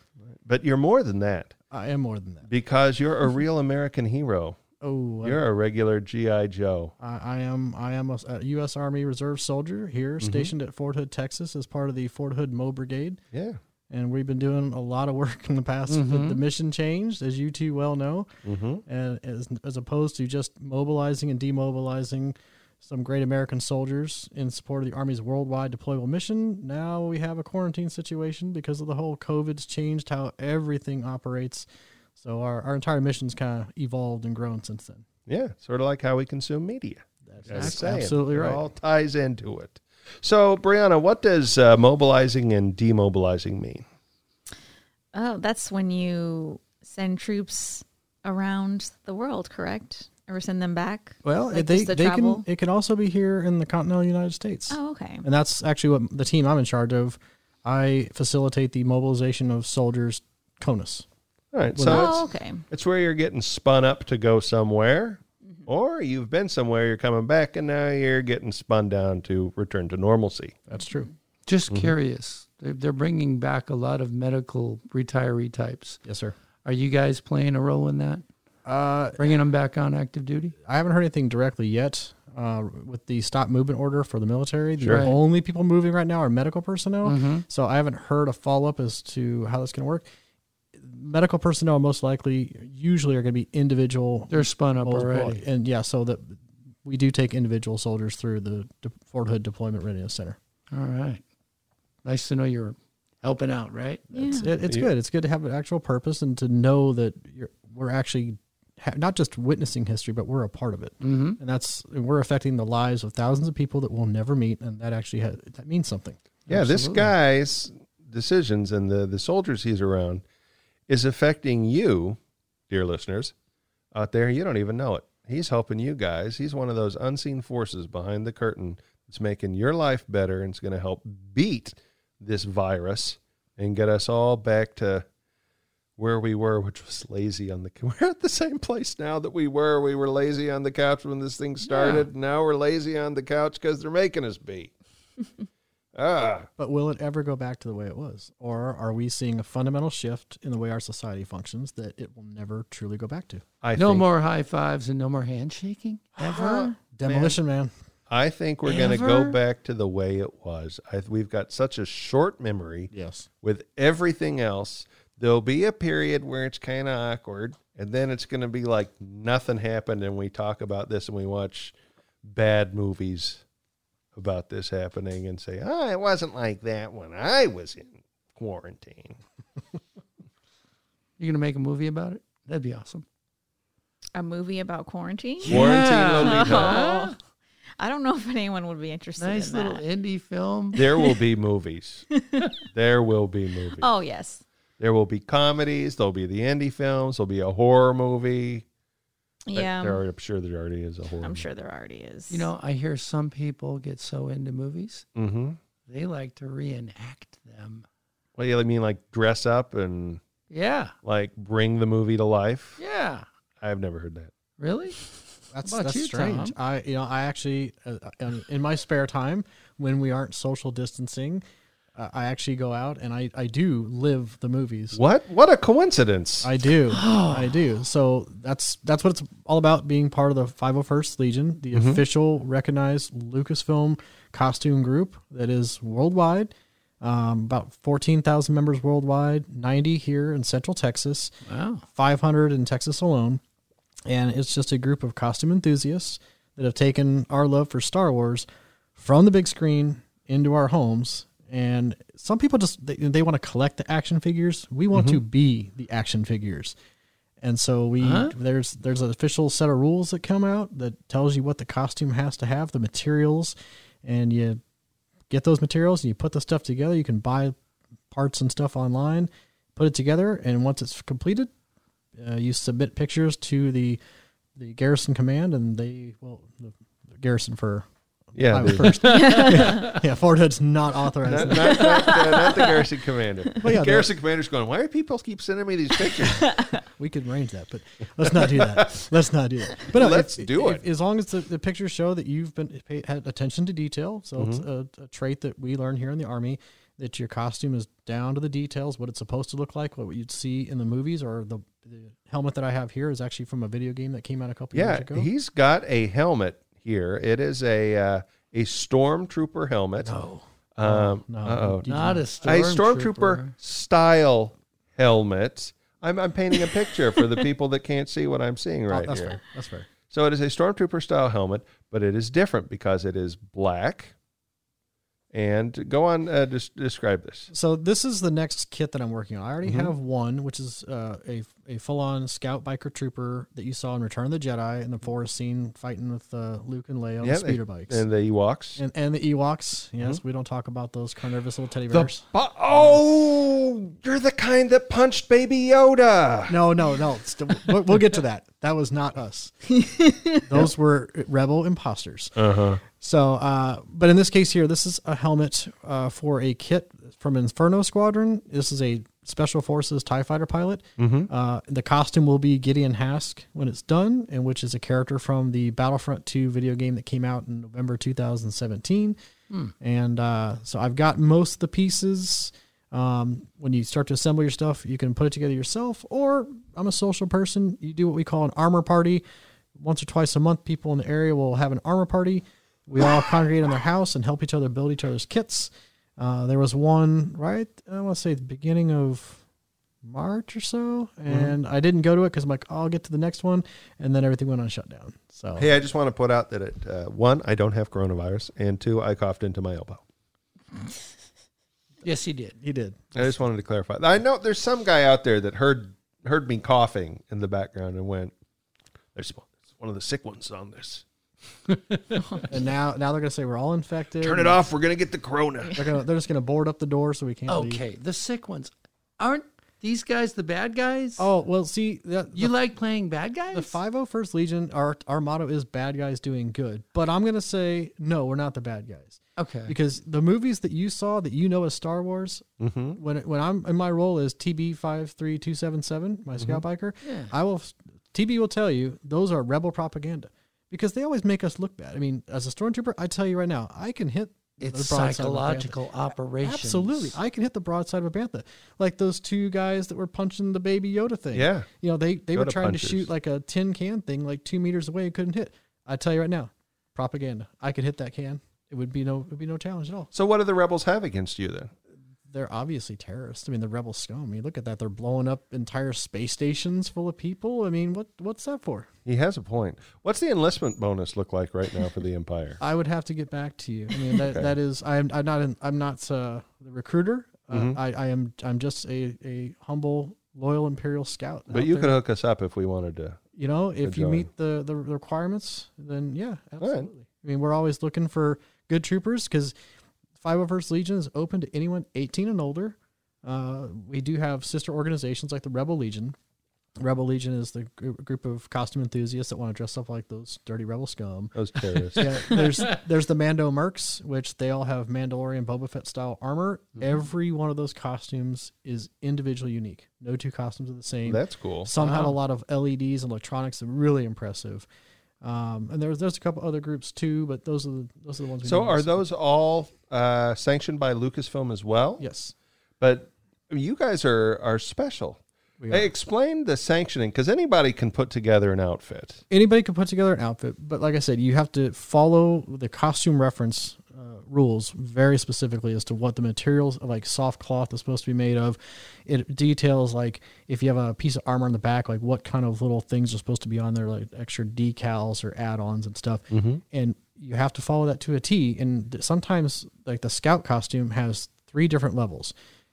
Speaker 2: But you're more than that
Speaker 14: I am more than that.
Speaker 2: because you're a real American hero.
Speaker 14: Oh,
Speaker 2: You're a regular GI Joe.
Speaker 14: I, I am I am a, a U.S. Army Reserve soldier here,
Speaker 2: Mm-hmm.
Speaker 14: stationed at Fort Hood, Texas, as part of the Fort Hood Mo Brigade,
Speaker 2: Yeah.
Speaker 14: and we've been doing a lot of work in the past. with
Speaker 3: Mhm.
Speaker 14: The mission changed, as you two well know,
Speaker 2: Mm-hmm.
Speaker 14: and as as opposed to just mobilizing and demobilizing some great American soldiers in support of the Army's worldwide deployable mission. Now we have a quarantine situation because of the whole COVID's changed how everything operates. So our, our entire mission's kind of evolved and grown since then.
Speaker 2: Yeah, sort of like how we consume media. Just saying.
Speaker 14: absolutely
Speaker 2: it
Speaker 14: right.
Speaker 2: all ties into it. So, Brianna, what does uh, mobilizing and demobilizing mean?
Speaker 4: Oh, that's when you send troops around the world, correct? Or send them back?
Speaker 14: Well,
Speaker 4: Like,
Speaker 14: they,
Speaker 4: just the
Speaker 14: they
Speaker 4: travel?
Speaker 14: can it can also be here in the continental United States,
Speaker 4: Oh, okay.
Speaker 14: and that's actually what the team I'm in charge of. I facilitate the mobilization of soldiers, CONUS.
Speaker 2: All right,
Speaker 14: Well,
Speaker 2: so
Speaker 4: oh,
Speaker 2: it's,
Speaker 4: okay.
Speaker 2: it's where you're getting spun up to go somewhere, or you've been somewhere, you're coming back, and now you're getting spun down to return to normalcy.
Speaker 14: That's true.
Speaker 3: Just
Speaker 2: Mm-hmm.
Speaker 3: curious, they're, they're bringing back a lot of medical retiree types.
Speaker 14: Yes, sir.
Speaker 3: Are you guys playing a role in that?
Speaker 4: Oh.
Speaker 14: Uh,
Speaker 3: Bringing them back on active duty?
Speaker 14: I haven't heard anything directly yet uh, with the stop movement order for the military. The
Speaker 2: Sure.
Speaker 14: only people moving right now are medical personnel,
Speaker 3: Mhm.
Speaker 14: so I haven't heard a follow up as to how that's going to work. Medical personnel most likely usually are going to be individual
Speaker 3: They're spun up
Speaker 14: Multiple-
Speaker 3: already.
Speaker 14: And yeah, so that we do take individual soldiers through the de- Fort Hood Deployment Readiness Center.
Speaker 3: All right. Nice to know you're helping out, right?
Speaker 4: Yeah.
Speaker 14: It's, it, it's
Speaker 2: Yeah.
Speaker 14: good. It's good to have an actual purpose and to know that you're, we're actually ha- not just witnessing history, but we're a part of it,
Speaker 3: Mhm.
Speaker 14: and that's and we're affecting the lives of thousands of people that we'll never meet, and that actually ha- that means something.
Speaker 2: Yeah, this
Speaker 14: Absolutely.
Speaker 2: guy's decisions and the, the soldiers he's around is affecting you, dear listeners, out there. You don't even know it. He's helping you guys. He's one of those unseen forces behind the curtain that's making your life better and it's going to help beat this virus and get us all back to where we were, which was lazy on the. We're at the same place now that we were. We were lazy on the couch when this thing started. Now we're lazy on the couch because they're making us be. ah.
Speaker 14: But will it ever go back to the way it was? Or are we seeing a fundamental shift in the way our society functions that it will never truly go back to?
Speaker 2: I
Speaker 3: no
Speaker 2: think-
Speaker 3: more high fives and no more handshaking ever.
Speaker 14: Demolition Man.
Speaker 2: I think we're going to go
Speaker 3: Ever?
Speaker 2: back to the way it was. I, we've got such a short memory.
Speaker 14: Yes.
Speaker 2: With everything else, there'll be a period where it's kind of awkward, and then it's going to be like nothing happened, and we talk about this and we watch bad movies about this happening and say, "Ah, it wasn't like that when I was in quarantine."
Speaker 3: You're gonna make a movie about it? That'd be awesome.
Speaker 4: A movie about quarantine?
Speaker 2: Quarantine Yeah. Lolita.
Speaker 4: Oh. I don't know if anyone would be interested
Speaker 3: Nice
Speaker 4: in that.
Speaker 3: little indie film.
Speaker 2: There will be movies. there will be movies.
Speaker 4: Oh, yes.
Speaker 2: There will be comedies. There'll be the indie films. There'll be a horror movie.
Speaker 4: Yeah.
Speaker 2: There are, I'm sure there already is a horror.
Speaker 4: I'm
Speaker 2: movie.
Speaker 4: sure there already is.
Speaker 3: You know, I hear some people get so into movies,
Speaker 2: Mhm.
Speaker 3: they like to reenact them.
Speaker 2: Well, yeah, I mean, like dress up and
Speaker 3: Yeah.
Speaker 2: like bring the movie to life.
Speaker 3: Yeah.
Speaker 2: I've never heard that.
Speaker 3: Really?
Speaker 14: That's
Speaker 3: How about
Speaker 14: that's
Speaker 3: you, Tom?
Speaker 14: strange. I you know I actually uh, um, in my spare time when we aren't social distancing, uh, I actually go out and I I do live the movies.
Speaker 2: What? What a coincidence!
Speaker 14: I do. I do. So that's that's what it's all about being part of the 501st Legion,
Speaker 3: Mm-hmm.
Speaker 14: the
Speaker 2: Mhm.
Speaker 14: official recognized Lucasfilm costume group that is worldwide. Um, about 14,000 members worldwide, 90 here in Central Texas.
Speaker 3: Wow.
Speaker 14: 500 in Texas alone. And it's just a group of costume enthusiasts that have taken our love for Star Wars from the big screen into our homes. And some people just they, they want to collect the action figures. We want
Speaker 2: Mhm.
Speaker 14: to be the action figures. And so we
Speaker 2: Uh-huh.
Speaker 14: there's there's an official set of rules that come out that tells you what the costume has to have, the materials, and you get those materials and you put the stuff together. You can buy parts and stuff online, put it together, and once it's completed, uh, you submit pictures to the the garrison command, and they well the, the garrison for
Speaker 2: Yeah,
Speaker 14: I was
Speaker 2: the-
Speaker 14: first. yeah, yeah, Fort Hood's not authorized.
Speaker 2: Not,
Speaker 14: that.
Speaker 2: not- not the, not the garrison commander.
Speaker 14: Well, yeah,
Speaker 2: the garrison commander's going. Why do people keep sending me these pictures?
Speaker 14: we could arrange that, but let's not do that. let's not do that. But
Speaker 2: Let's do it.
Speaker 14: as long as the, the pictures show that you've been paid, had attention to detail. So it's
Speaker 2: Mm-hmm.
Speaker 14: a, a trait that we learn here in the army that your costume is down to the details, what it's supposed to look like, what you'd see in the movies, or the, the helmet that I have here is actually from a video game that came out a couple years
Speaker 2: yeah,
Speaker 14: ago.
Speaker 2: he's got a helmet here. It is a uh, a stormtrooper helmet.
Speaker 14: No. Oh,
Speaker 2: Um,
Speaker 14: No,
Speaker 2: uh-oh.
Speaker 14: you Not
Speaker 3: a
Speaker 2: stormtrooper
Speaker 3: stormtrooper.
Speaker 2: style helmet. I'm, I'm painting a picture for the people that can't see what I'm seeing right
Speaker 14: Oh, that's
Speaker 2: here.
Speaker 14: fair. That's fair.
Speaker 2: So it is a stormtrooper style helmet, but it is different because it is black. And go on, uh, des- describe this.
Speaker 14: So this is the next kit that I'm working on. I already
Speaker 2: Mhm.
Speaker 14: have one, which is uh, a a full on scout biker trooper that you saw in Return of the Jedi in the forest scene fighting with uh, Luke and Leia on the
Speaker 2: they-
Speaker 14: speeder bikes
Speaker 2: and the Ewoks.
Speaker 14: and, and the Ewoks. Yes, we don't talk about those carnivorous little teddy bears.
Speaker 2: bu- oh, you're the kind that punched Baby Yoda.
Speaker 14: no, no, no. It's the- we'll, we'll get to that. That was not us. those were rebel imposters.
Speaker 2: Uh huh.
Speaker 14: So, uh, but in this case here, this is a helmet uh, for a kit from Inferno Squadron. This is a Special Forces TIE fighter pilot.
Speaker 2: Mhm.
Speaker 14: Uh, the costume will be Gideon Hask when it's done, and which is a character from the Battlefront 2 video game that came out in November 2017.
Speaker 3: Hmm.
Speaker 14: And uh, so I've got most of the pieces. Um, when you start to assemble your stuff, you can put it together yourself, or I'm a social person. You do what we call an armor party. Once or twice a month, people in the area will have an armor party. We all congregate in their house and help each other build each other's kits. Uh, there was one right, I want to say, the beginning of March or so,
Speaker 2: Mm-hmm.
Speaker 14: and I didn't go to it because I'm like, I'll get to the next one, and then everything went on shutdown. So
Speaker 2: Hey, I just want to put out that it, uh, one, I don't have coronavirus, and two, I coughed into my elbow.
Speaker 3: Yes, he did.
Speaker 14: He did.
Speaker 2: I just wanted to clarify. I know there's some guy out there that heard heard me coughing in the background and went, There's one- there's one of the sick ones on this.
Speaker 14: and now, now they're gonna say we're all infected.
Speaker 2: Turn it off. We're gonna get the corona.
Speaker 14: They're gonna, they're just gonna board up the door so we can't. leave.
Speaker 3: Okay, the sick ones. Aren't these guys the bad guys?
Speaker 14: Oh well, see, that,
Speaker 3: you like playing bad guys?
Speaker 14: The 501st Legion, our, our motto is bad guys doing good. But I'm going to say, no, we're not the bad guys.
Speaker 3: Okay.
Speaker 14: Because the movies that you saw that you know as Star Wars,
Speaker 2: Mhm.
Speaker 14: when, when I'm in my role as TB53277,
Speaker 2: Mm-hmm.
Speaker 14: my scout biker,
Speaker 3: Yeah.
Speaker 14: I will, TB will tell you those are rebel propaganda because they always make us look bad. I mean, as a stormtrooper, I tell you right now, I can hit.
Speaker 3: It's
Speaker 14: the broadside of a Bantha.
Speaker 3: psychological operations.
Speaker 14: Absolutely. I can hit the broadside of a Bantha. Like those two guys that were punching the baby Yoda thing.
Speaker 2: Yeah.
Speaker 14: You know, they, they were
Speaker 2: Yoda
Speaker 14: trying
Speaker 2: punchers.
Speaker 14: to shoot like a tin can thing like two meters away and couldn't hit. I tell you right now, propaganda. I could hit that can. It would be no it would be no challenge at all.
Speaker 2: So what do the rebels have against you then?
Speaker 14: They're obviously terrorists. I mean, the rebel scum. I mean, look at that. They're blowing up entire space stations full of people. I mean, what what's that for?
Speaker 2: He has a point. What's the enlistment bonus look like right now for the Empire?
Speaker 14: I would have to get back to you. I mean, that,
Speaker 2: Okay.
Speaker 14: that is, I'm, I'm not, in, I'm not uh, the recruiter. Uh,
Speaker 2: Mhm.
Speaker 14: I, I am, I'm just a, a humble, loyal Imperial scout.
Speaker 2: But
Speaker 14: out
Speaker 2: you
Speaker 14: there.
Speaker 2: could hook us up if we wanted to.
Speaker 14: you know,
Speaker 2: to
Speaker 14: if you
Speaker 2: join.
Speaker 14: meet the, the the requirements, then yeah, absolutely. I mean, we're always looking for good troopers because 501st Legion is open to anyone 18 and older. Uh, we do have sister organizations like the Rebel Legion. Rebel Legion is the gr- group of costume enthusiasts that want to dress up like those dirty rebel scum.
Speaker 2: Those terrorists.
Speaker 14: yeah, there's there's the Mando Mercs, which they all have Mandalorian Boba Fett style armor.
Speaker 2: Mm-hmm.
Speaker 14: Every one of those costumes is individually unique. No two costumes are the same.
Speaker 2: That's cool.
Speaker 14: Some have a
Speaker 2: Wow.
Speaker 14: lot of LEDs and electronics. that are Really impressive. Um, and there's there's a couple other groups too, but those are the those are the ones. We
Speaker 2: So
Speaker 14: know.
Speaker 2: are those all uh, sanctioned by Lucasfilm as well?
Speaker 14: Yes.
Speaker 2: But you guys are are special.
Speaker 14: We
Speaker 2: Hey, Explain the sanctioning because anybody can put together an outfit.
Speaker 14: anybody can put together an outfit, but like I said, you have to follow the costume reference uh, rules very specifically as to what the materials of like soft cloth is supposed to be made of. It details like if you have a piece of armor on the back, like what kind of little things are supposed to be on there, like extra decals or add-ons and stuff.
Speaker 2: Mhm.
Speaker 14: And you have to follow that to a T. And th- sometimes like the scout costume has three different levels.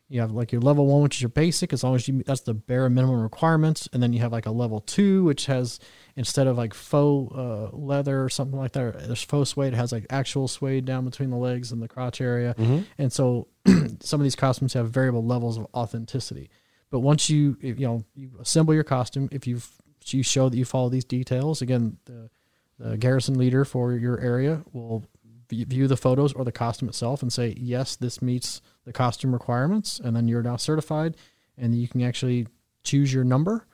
Speaker 14: You have like your level one, which is your basic, as long as you meet- that's the bare minimum requirements, and then you have like a level two, which has instead of like faux uh, leather or something like that, or there's faux suede, it has like actual suede down between the legs and the crotch area,
Speaker 2: Mhm.
Speaker 14: and so some of these costumes have variable levels of authenticity. But once you if, you know you assemble your costume, if you you show that you follow these details, again the the garrison leader for your area will v- view the photos or the costume itself and say, yes, this meets the costume requirements. And then you're now certified and you can actually choose your number.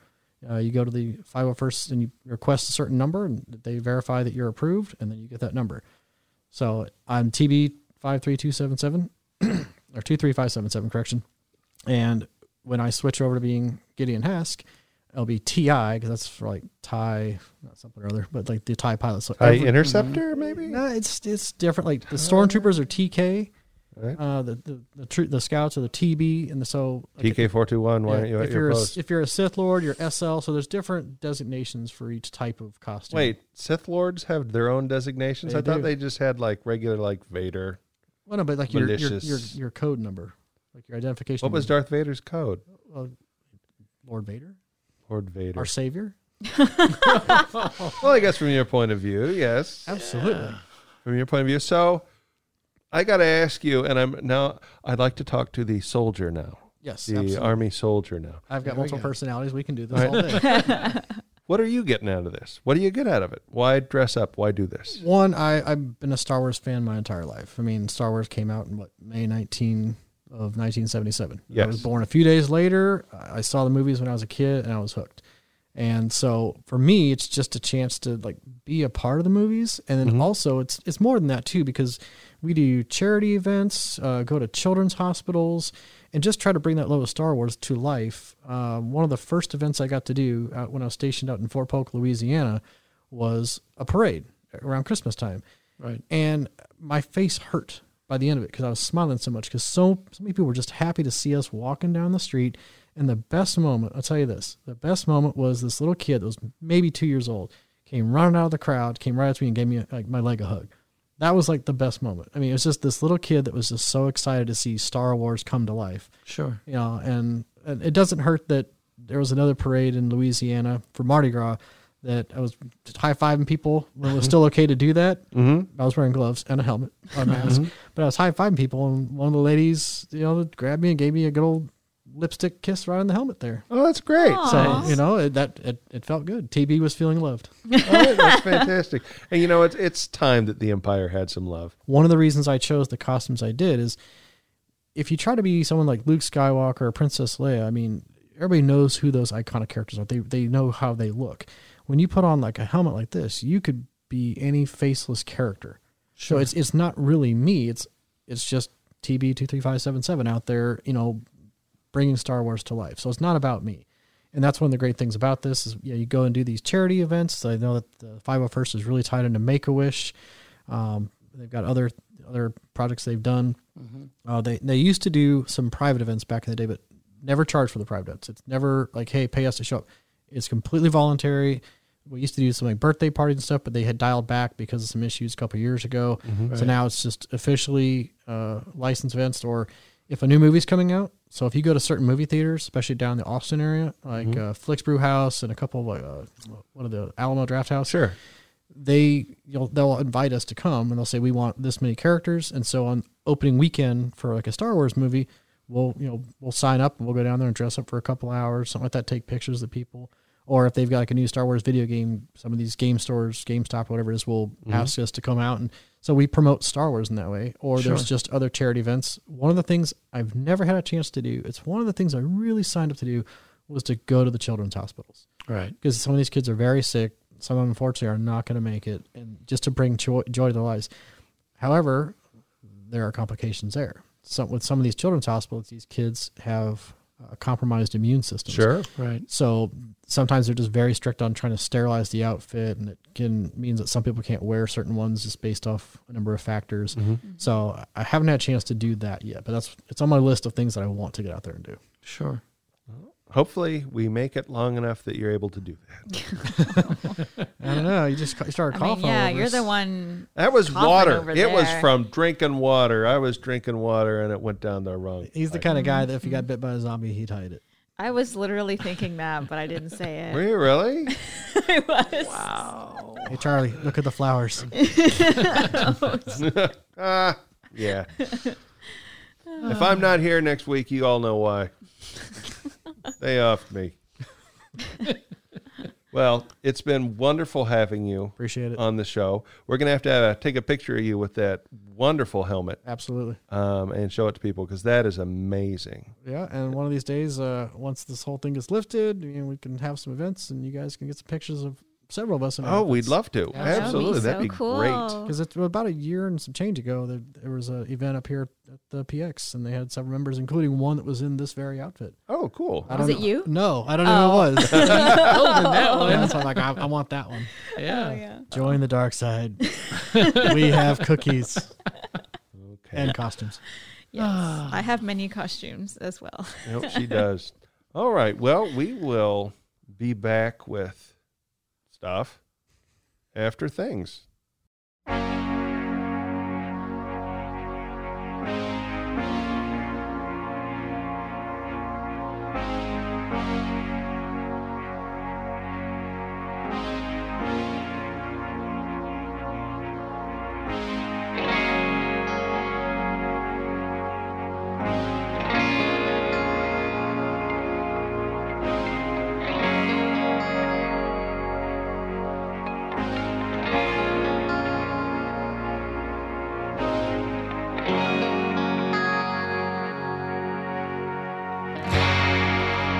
Speaker 14: Uh, you go to the 501st and you request a certain number and they verify that you're approved and then you get that number. So I'm TB53277 or 23577, correction. And when I switch over to being Gideon Hask, it'll be TI because that's for like Thai, not something or other, but like the Thai pilot. So
Speaker 2: Thai
Speaker 14: every-
Speaker 3: Mm-hmm.
Speaker 2: interceptor, maybe?
Speaker 14: No, it's it's different. Like the stormtroopers are TK, uh, the the the, tro- the scouts are the TB, and the, so like,
Speaker 2: TK four two one. Why
Speaker 14: yeah,
Speaker 2: aren't you at
Speaker 14: if
Speaker 2: your
Speaker 14: you're a,
Speaker 2: post?
Speaker 14: if you're a Sith Lord, you're SL. So there's different designations for each type of costume.
Speaker 2: Wait, Sith Lords have their own designations.
Speaker 14: They
Speaker 2: I thought
Speaker 14: do.
Speaker 2: they just had like regular, like Vader.
Speaker 14: well, no, but like your, your
Speaker 2: malicious.
Speaker 14: your your code number, like your identification.
Speaker 2: What was
Speaker 14: number.
Speaker 2: Darth Vader's code?
Speaker 14: Well, Lord Vader,
Speaker 2: Lord Vader.
Speaker 14: our savior?
Speaker 2: well, I guess from your point of view, yes.
Speaker 14: Absolutely.
Speaker 2: From your point of view. So I got to ask you, and I'm now, I'd like to talk to the soldier now.
Speaker 14: Yes,
Speaker 2: The
Speaker 14: absolutely.
Speaker 2: army soldier now.
Speaker 14: I've
Speaker 2: There
Speaker 14: got
Speaker 2: we
Speaker 14: multiple
Speaker 2: go.
Speaker 14: personalities. We can do this
Speaker 2: All
Speaker 14: all
Speaker 2: right.
Speaker 14: day.
Speaker 2: What are you getting out of this? What do you get out of it? Why dress up? Why do this?
Speaker 14: One, I, I've been a Star Wars fan my entire life. I mean, Star Wars came out in what May 19 of 1977. I was
Speaker 2: Yes.
Speaker 14: born a few days later. I I saw the movies when I was a kid, and I was hooked. And so for me, it's just a chance to like be a part of the movies, and then also it's it's more than that too because we do charity events, uh, go to children's hospitals, and just try to bring that love of Star Wars to life. Uh, one of the first events I got to do uh, when I was stationed out in Fort Polk, Louisiana, was a parade around Christmas time.
Speaker 3: Right.
Speaker 14: And my face hurt by the end of it because I was smiling so much because so, so many people were just happy to see us walking down the street. And the best moment, I'll tell you this, the best moment was this little kid that was maybe two years old came running out of the crowd, came right up to me and gave me like my leg a hug. That was like the best moment. I mean, it was just this little kid that was just so excited to see Star Wars come to life.
Speaker 3: Sure.
Speaker 14: You know, and, and it doesn't hurt that there was another parade in Louisiana for Mardi Gras that I was high fiving people when it was still okay to do that.
Speaker 2: Mm-hmm.
Speaker 14: I was wearing gloves and a helmet, or mask,
Speaker 2: Mhm.
Speaker 14: but I was high fiving people, and one of the ladies, you know, grabbed me and gave me a good old lipstick kiss right on the helmet there.
Speaker 2: Oh, that's great. Aw.
Speaker 14: So you know it, that it, it felt good. TB was feeling loved.
Speaker 2: Oh, that's fantastic. And you know, it's it's time that the Empire had some love.
Speaker 14: One of the reasons I chose the costumes I did is if you try to be someone like Luke Skywalker or Princess Leia, I mean, everybody knows who those iconic characters are. They they know how they look. When you put on like a helmet like this, you could be any faceless character.
Speaker 2: Sure.
Speaker 14: So it's it's not really me. It's it's just TB two three five seven seven out there, you know, bringing Star Wars to life. So it's not about me. And that's one of the great things about this is you, know, you go and do these charity events. I know that the 501st is really tied into Make a Wish. Um, they've got other other projects they've done.
Speaker 3: Mhm.
Speaker 14: Uh, they they used to do some private events back in the day, but never charge for the private events. It's never like, hey, pay us to show up. It's completely voluntary. We used to do some like birthday parties and stuff, but they had dialed back because of some issues a couple years ago.
Speaker 2: Mhm.
Speaker 14: So
Speaker 2: Right.
Speaker 14: now it's just officially uh, licensed events. Or if a new movie's coming out, so if you go to certain movie theaters, especially down in the Austin area, like
Speaker 2: Mhm.
Speaker 14: uh, Flicks Brew House and a couple of like uh, what are the Alamo Draft House,
Speaker 2: sure,
Speaker 14: they you'll, they'll invite us to come and they'll say we want this many characters, and so on opening weekend for like a Star Wars movie, we'll you know we'll sign up and we'll go down there and dress up for a couple hours, something like that, take pictures of people. Or if they've got like a new Star Wars video game, some of these game stores, GameStop, whatever it is, will
Speaker 2: Mhm.
Speaker 14: ask us to come out, and so we promote Star Wars in that way. Or
Speaker 2: Sure.
Speaker 14: there's just other charity events. One of the things I've never had a chance to do, it's one of the things I really signed up to do, was to go to the children's hospitals.
Speaker 3: Right.
Speaker 14: Because some of these kids are very sick. Some of them, unfortunately, are not going to make it, and just to bring joy, joy to their lives. However, there are complications there. Some, with some of these children's hospitals, these kids have uh, compromised immune systems.
Speaker 2: Sure.
Speaker 3: Right.
Speaker 14: So sometimes they're just very strict on trying to sterilize the outfit, and it can means that some people can't wear certain ones just based off a number of factors.
Speaker 2: Mhm.
Speaker 14: So I haven't had a chance to do that yet, but that's it's on my list of things that I want to get out there and do.
Speaker 3: Sure.
Speaker 2: Hopefully, we make it long enough that you're able to do that.
Speaker 14: I don't know. You just ca- you started
Speaker 4: I mean,
Speaker 14: coughing. all
Speaker 4: yeah,
Speaker 14: over
Speaker 4: you're
Speaker 14: us.
Speaker 4: the one.
Speaker 2: That was
Speaker 4: coughing
Speaker 2: water.
Speaker 4: over
Speaker 2: It was
Speaker 4: there.
Speaker 2: from drinking water. I was drinking water, and it went down the wrong.
Speaker 14: He's the
Speaker 2: pipe.
Speaker 14: kind of guy that if he got bit by a zombie, he'd hide it.
Speaker 4: I was literally thinking that, but I didn't say it.
Speaker 2: Were you really?
Speaker 4: I was. Wow.
Speaker 14: Hey Charlie, look at the flowers.
Speaker 2: Ah, yeah. If I'm not here next week, you all know why. they offed me. well, it's been wonderful having you.
Speaker 14: Appreciate it
Speaker 2: on the show. We're gonna have to uh, take a picture of you with that wonderful helmet,
Speaker 14: Absolutely.
Speaker 2: um, and show it to people because that is amazing.
Speaker 14: Yeah, and one of these days, uh, once this whole thing gets lifted, you know, we can have some events, and you guys can get some pictures of several of us. In
Speaker 2: Oh, we'd love to. Absolutely, that'd be, great.
Speaker 14: Because it's about a year and some change ago, there, there was an event up here at the PX, and they had several members, including one that was in this very outfit.
Speaker 2: Oh, cool.
Speaker 14: I don't know-
Speaker 4: you?
Speaker 14: No, I don't know who it was.
Speaker 3: Oh. Oh, then that one. Oh,
Speaker 14: Yeah, so I'm like, I, I want that one.
Speaker 3: Yeah.
Speaker 14: Join the dark side. we have cookies and costumes.
Speaker 4: Yes.
Speaker 3: Ah.
Speaker 4: I have many costumes as well.
Speaker 2: Nope, she does. All right. Well, we will be back with stuff after things.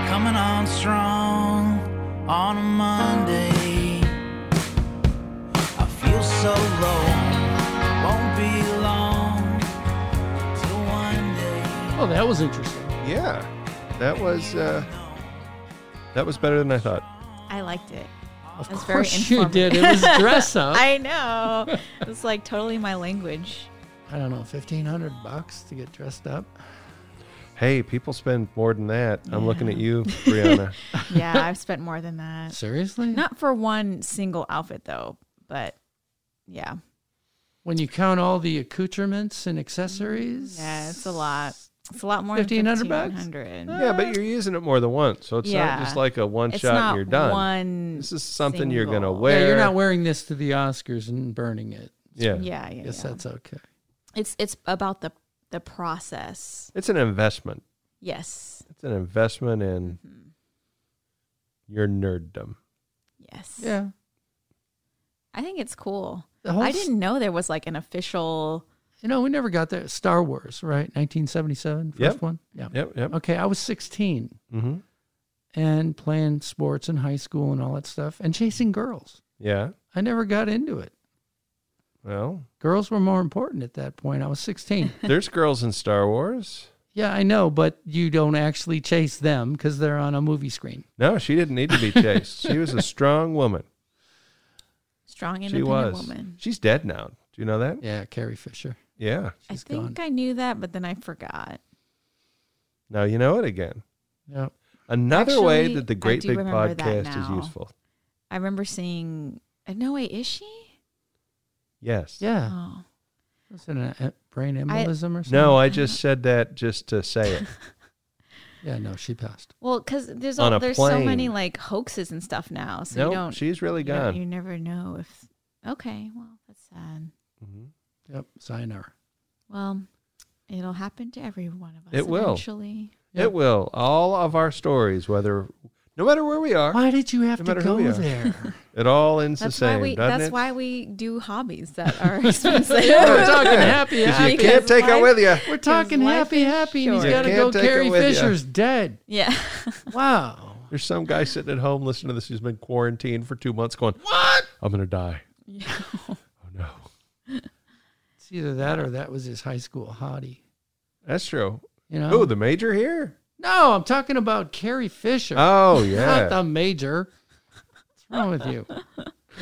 Speaker 15: coming on strong on a Monday. I feel so low, won't be long till one day.
Speaker 3: Oh, that was interesting.
Speaker 2: Yeah, that was uh, that was better than I thought.
Speaker 4: I liked it. Of
Speaker 3: course you did. It was dress up.
Speaker 4: I know. It's like totally my language.
Speaker 3: I don't know, fifteen hundred bucks to get dressed up.
Speaker 2: Hey, people spend more than that. I'm looking at you, Brianna.
Speaker 4: Yeah, I've spent more than that.
Speaker 3: Seriously?
Speaker 4: Not for one single outfit though, but yeah.
Speaker 3: When you count all the accoutrements and accessories,
Speaker 4: Yeah, it's a lot. It's a lot more
Speaker 3: Fifteen
Speaker 4: than
Speaker 3: hundred bucks.
Speaker 4: 1500.
Speaker 2: Yeah, but you're using it more than once, so it's
Speaker 4: Yeah.
Speaker 2: not just like a one
Speaker 4: It's
Speaker 2: shot
Speaker 4: not
Speaker 2: and you're done.
Speaker 4: one
Speaker 2: this is something you're gonna
Speaker 4: single.
Speaker 2: wear.
Speaker 3: Yeah, you're not wearing this to the Oscars and burning it.
Speaker 2: Yeah.
Speaker 4: Yeah, yeah,
Speaker 3: Yes,
Speaker 4: yeah.
Speaker 3: that's okay.
Speaker 4: It's it's about the the process.
Speaker 2: It's an investment.
Speaker 4: Yes. Mm-hmm.
Speaker 2: It's an investment in your nerddom.
Speaker 4: Yes.
Speaker 3: Yeah.
Speaker 4: I think it's cool.
Speaker 3: The whole
Speaker 4: I
Speaker 3: s-
Speaker 4: didn't know there was like an official.
Speaker 3: You know, we never got there. Star Wars, right? 1977, first
Speaker 2: Yep.
Speaker 3: one. Yeah.
Speaker 2: Yep, yep.
Speaker 3: Okay, I was 16
Speaker 2: Mhm.
Speaker 3: and playing sports in high school and all that stuff and chasing girls.
Speaker 2: Yeah.
Speaker 3: I never got into it.
Speaker 2: Well,
Speaker 3: Girls were more important at that point. I was 16.
Speaker 2: there's girls in Star Wars.
Speaker 3: yeah, I know, but you don't actually chase them because they're on a movie screen.
Speaker 2: No, she didn't need to be chased. she was a strong woman.
Speaker 4: Strong
Speaker 2: She
Speaker 4: independent
Speaker 2: was.
Speaker 4: woman.
Speaker 2: She's dead now. Do you know that?
Speaker 3: Yeah, Carrie Fisher.
Speaker 2: Yeah.
Speaker 4: I think I knew that, but then I forgot.
Speaker 2: Now you know it again.
Speaker 3: Yep.
Speaker 2: Another way
Speaker 4: Actually,
Speaker 2: that the
Speaker 4: I
Speaker 2: Great
Speaker 4: do
Speaker 2: Big
Speaker 4: remember that
Speaker 2: Podcast is
Speaker 4: now.
Speaker 2: useful.
Speaker 4: I remember seeing. uh, No way, is she?
Speaker 2: Yes.
Speaker 3: Yeah.
Speaker 4: Oh.
Speaker 3: Was it a brain embolism or something?
Speaker 2: No, I just said that just to say it.
Speaker 3: Yeah, no, she passed.
Speaker 4: Well, because there's
Speaker 2: On
Speaker 4: all,
Speaker 2: a
Speaker 4: there's so many like hoaxes and stuff now, so
Speaker 2: Nope,
Speaker 4: you don't.
Speaker 2: she's really
Speaker 4: you don't-
Speaker 2: gone.
Speaker 4: You never know if. Okay, well that's sad.
Speaker 2: Mm-hmm.
Speaker 3: Yep, sayonara.
Speaker 4: Well, it'll happen to every one of us.
Speaker 2: It will.
Speaker 4: Eventually.
Speaker 2: It will. All of our stories, whether no matter where we are.
Speaker 3: Why did you have
Speaker 2: no
Speaker 3: to
Speaker 2: matter who
Speaker 3: go
Speaker 2: we are,
Speaker 3: there?
Speaker 2: It all ends
Speaker 4: That's
Speaker 2: the same,
Speaker 4: why we.
Speaker 2: doesn't
Speaker 4: That's
Speaker 2: it?
Speaker 4: why we do hobbies that are expensive.
Speaker 3: Yeah, we're talking happy
Speaker 2: Because
Speaker 3: hour.
Speaker 2: you can't take her with you.
Speaker 3: We're talking
Speaker 4: life
Speaker 3: happy,
Speaker 4: is
Speaker 3: happy, and he's
Speaker 2: short.
Speaker 3: got to
Speaker 2: You
Speaker 3: go.
Speaker 2: can't take it
Speaker 3: Carrie
Speaker 2: with you.
Speaker 3: Fisher's dead.
Speaker 4: Yeah.
Speaker 3: Wow.
Speaker 2: There's some guy sitting at home listening to this who's been quarantined for two months, going, "What? I'm gonna die."
Speaker 3: It's either that or that was his high school hottie.
Speaker 2: That's true.
Speaker 3: You know?
Speaker 2: Oh, the major here.
Speaker 3: No, I'm talking about Carrie Fisher.
Speaker 2: Oh, yeah.
Speaker 3: Not the major. What's wrong with you?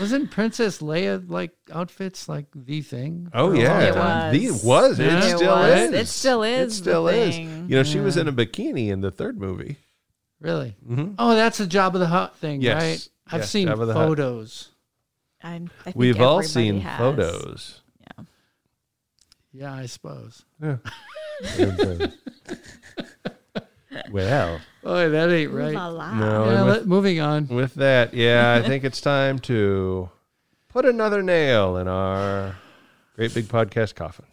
Speaker 3: Wasn't Princess Leia like outfits like the thing?
Speaker 2: Oh
Speaker 3: for a
Speaker 2: yeah,
Speaker 3: long time?
Speaker 2: The- was it,
Speaker 3: Yeah.
Speaker 2: still
Speaker 4: was.
Speaker 2: is
Speaker 4: It still is
Speaker 2: it
Speaker 4: the
Speaker 2: still is.
Speaker 4: thing.
Speaker 2: You know, she was
Speaker 3: Yeah.
Speaker 2: in a bikini in the third movie.
Speaker 3: Really?
Speaker 2: Mhm.
Speaker 3: Oh, that's a job of the hut thing,
Speaker 2: Yes.
Speaker 3: right? I've
Speaker 2: Yes,
Speaker 3: seen
Speaker 2: Jabba the Hutt.
Speaker 3: photos.
Speaker 4: I'm, I think
Speaker 2: We've all
Speaker 4: everybody
Speaker 2: seen
Speaker 4: has.
Speaker 2: photos.
Speaker 3: Yeah, I suppose.
Speaker 2: Yeah. well,
Speaker 3: Boy, that ain't right.
Speaker 4: La la.
Speaker 2: no.
Speaker 3: Yeah,
Speaker 2: and
Speaker 3: let- moving on.
Speaker 2: With that, yeah, I think it's time to put another nail in our great big podcast coffin.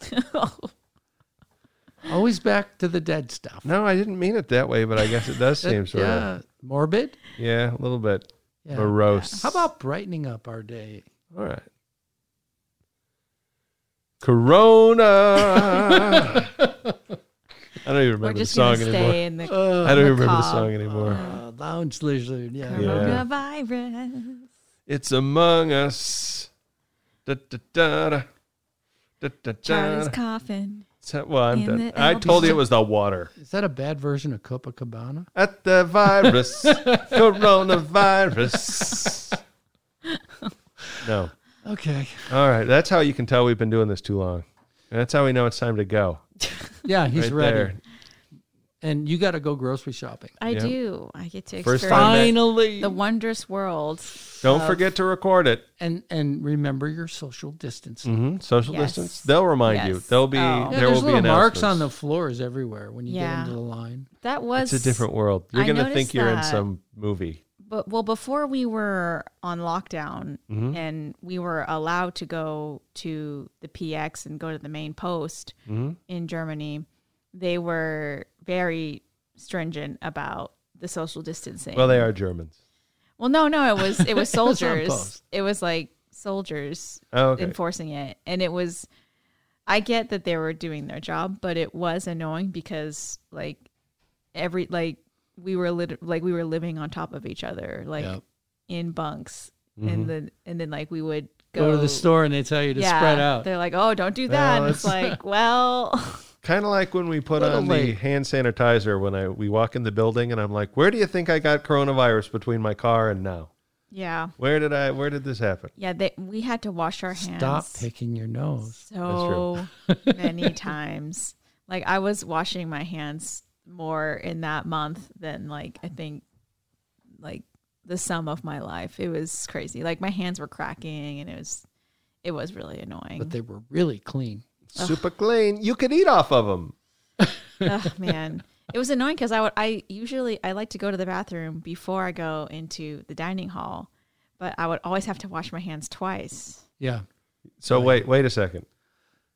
Speaker 3: Always back to the dead stuff.
Speaker 2: No, I didn't mean it that way, but I guess it does seem sort
Speaker 3: yeah.
Speaker 2: of
Speaker 3: Morbid?
Speaker 2: yeah, a little bit
Speaker 3: Yeah.
Speaker 2: morose.
Speaker 3: How about brightening up our day?
Speaker 2: All right. Corona. I don't even remember
Speaker 4: We're just
Speaker 2: the song
Speaker 4: gonna
Speaker 2: anymore.
Speaker 4: stay in the.
Speaker 3: Uh,
Speaker 2: I don't remember the
Speaker 4: macabre.
Speaker 2: song anymore.
Speaker 3: Uh, lounge lizard, yeah.
Speaker 4: Oh,
Speaker 2: Yeah.
Speaker 4: Coronavirus.
Speaker 2: It's among us. Da, da, da, da. Da, da, da,
Speaker 4: Charlie's
Speaker 2: da.
Speaker 4: coffin.
Speaker 2: So- Well, I'm
Speaker 4: in
Speaker 2: done.
Speaker 4: the
Speaker 2: I told you it
Speaker 4: Alps.
Speaker 2: was the water.
Speaker 3: Is that a bad version of Copacabana?
Speaker 2: At the virus, coronavirus. No.
Speaker 3: Okay.
Speaker 2: All right. That's how you can tell we've been doing this too long. And that's how we know it's time to go.
Speaker 3: Yeah, he's
Speaker 2: Right
Speaker 3: ready.
Speaker 2: there.
Speaker 3: And you got to go grocery shopping.
Speaker 4: I
Speaker 2: Yeah.
Speaker 4: do. I get to experience
Speaker 2: First time that-
Speaker 3: Finally.
Speaker 4: the wondrous world.
Speaker 2: Don't
Speaker 4: of-
Speaker 2: forget to record it.
Speaker 3: Uh, And and remember your social distancing.
Speaker 2: hmm Social
Speaker 4: Yes.
Speaker 2: distance. They'll remind you.
Speaker 4: Yes.
Speaker 2: There'll be
Speaker 4: Oh.
Speaker 3: Yeah,
Speaker 2: there
Speaker 3: there's
Speaker 2: will be
Speaker 3: little marks on
Speaker 2: announcements.
Speaker 3: the floors everywhere when you
Speaker 4: Yeah.
Speaker 3: get into the line.
Speaker 4: That was
Speaker 2: It's a different world. You're
Speaker 4: I
Speaker 2: going to
Speaker 4: noticed
Speaker 2: think you're in
Speaker 4: that.
Speaker 2: some movie.
Speaker 4: But well, before we were on lockdown
Speaker 2: Mhm.
Speaker 4: and we were allowed to go to the PX and go to the main post
Speaker 2: Mhm.
Speaker 4: in Germany, they were very stringent about the social distancing.
Speaker 2: Well, they are Germans.
Speaker 4: Well, no, no, it was it was
Speaker 3: on
Speaker 4: soldiers.
Speaker 3: post.
Speaker 4: it was like soldiers
Speaker 2: Oh, okay.
Speaker 4: enforcing it, and it was. I get that they were doing their job, but it was annoying because like every like we were lit- like we were living on top of each other, like
Speaker 3: Yep. Mm-hmm.
Speaker 4: in bunks,
Speaker 2: Mhm.
Speaker 4: and then and then like we would
Speaker 3: Go,
Speaker 4: go,
Speaker 3: to the store and they tell you to
Speaker 4: yeah,
Speaker 3: spread out.
Speaker 4: They're like, oh, don't do that.
Speaker 2: Well,
Speaker 4: and it's
Speaker 2: it's-
Speaker 4: like, well,
Speaker 2: Kind of like when we put
Speaker 3: Little
Speaker 2: on the
Speaker 3: late.
Speaker 2: hand sanitizer when I we walk in the building and I'm like, "Where do you think I got coronavirus between my car and now?
Speaker 4: yeah,
Speaker 2: Where did I where did this happen?"
Speaker 4: yeah. They, we had to wash our hands.
Speaker 3: Stop picking your nose.
Speaker 4: so many times. Like I was washing my hands more in that month than like I think like the sum of my life. It was crazy. Like my hands were cracking and it was it was really annoying.
Speaker 3: But they were really clean.
Speaker 2: Super clean. You could eat off of them.
Speaker 4: oh man it was annoying because i would i usually i like to go to the bathroom before i go into the dining hall but i would always have to wash my hands twice
Speaker 3: Yeah.
Speaker 2: So wait, wait a second.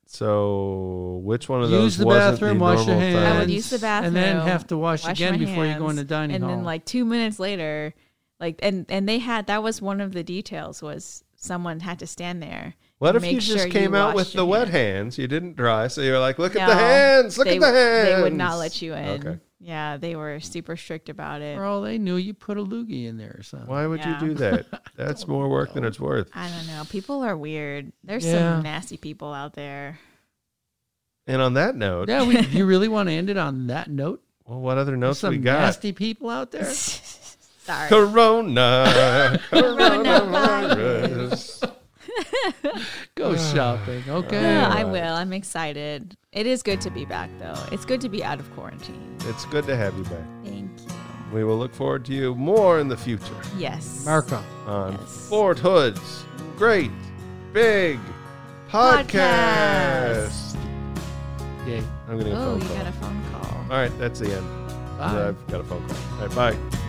Speaker 2: So which one of those
Speaker 3: Use the
Speaker 2: wasn't
Speaker 3: bathroom,
Speaker 2: the
Speaker 3: wash your
Speaker 2: normal
Speaker 3: hands.
Speaker 2: thing?
Speaker 4: I would use the bathroom
Speaker 3: And then have to wash again
Speaker 4: my
Speaker 3: before you go in the
Speaker 4: hands,
Speaker 3: dining
Speaker 4: and
Speaker 3: hall.
Speaker 4: then like two minutes later, like and and they had that was one of the details was someone had to stand there.
Speaker 2: What
Speaker 4: and
Speaker 2: if you
Speaker 4: make
Speaker 2: just
Speaker 4: sure
Speaker 2: came out
Speaker 4: washed
Speaker 2: with
Speaker 4: your
Speaker 2: the wet
Speaker 4: hands.
Speaker 2: hands? You didn't dry, so you were like, "Look at the
Speaker 4: No,
Speaker 2: hands! Look
Speaker 4: they-
Speaker 2: at the hands!"
Speaker 4: They would not let you in.
Speaker 2: Okay.
Speaker 4: Yeah, they were super strict about it.
Speaker 3: For all they knew, you put a loogie in there or something.
Speaker 2: Why would
Speaker 4: Yeah.
Speaker 2: you do that? That's more work than it's worth.
Speaker 4: I don't know. People are weird. There's
Speaker 2: Yeah.
Speaker 4: some nasty people out there.
Speaker 2: And on that note,
Speaker 3: Yeah, we, you really want to end it on that note?
Speaker 2: well, what other notes
Speaker 3: Some
Speaker 2: we got?
Speaker 3: nasty people out there.
Speaker 4: Sorry.
Speaker 2: Corona,
Speaker 3: Coronavirus.
Speaker 2: coronavirus. Ah,
Speaker 3: Go shopping, okay?
Speaker 4: Yeah, I will. I'm excited. It is good to be back though. It's good to be out of quarantine.
Speaker 2: It's good to have you back.
Speaker 4: Thank you.
Speaker 2: We will look forward to you more in the future.
Speaker 4: Yes.
Speaker 3: Marco.
Speaker 2: On Fort Hood's great big podcast.
Speaker 3: Yay.
Speaker 2: I'm going to get a
Speaker 4: Oh,
Speaker 2: phone
Speaker 4: you
Speaker 2: call.
Speaker 4: got a phone call.
Speaker 2: All right, that's the end.
Speaker 4: Bye.
Speaker 2: I've got a phone call. All right, bye.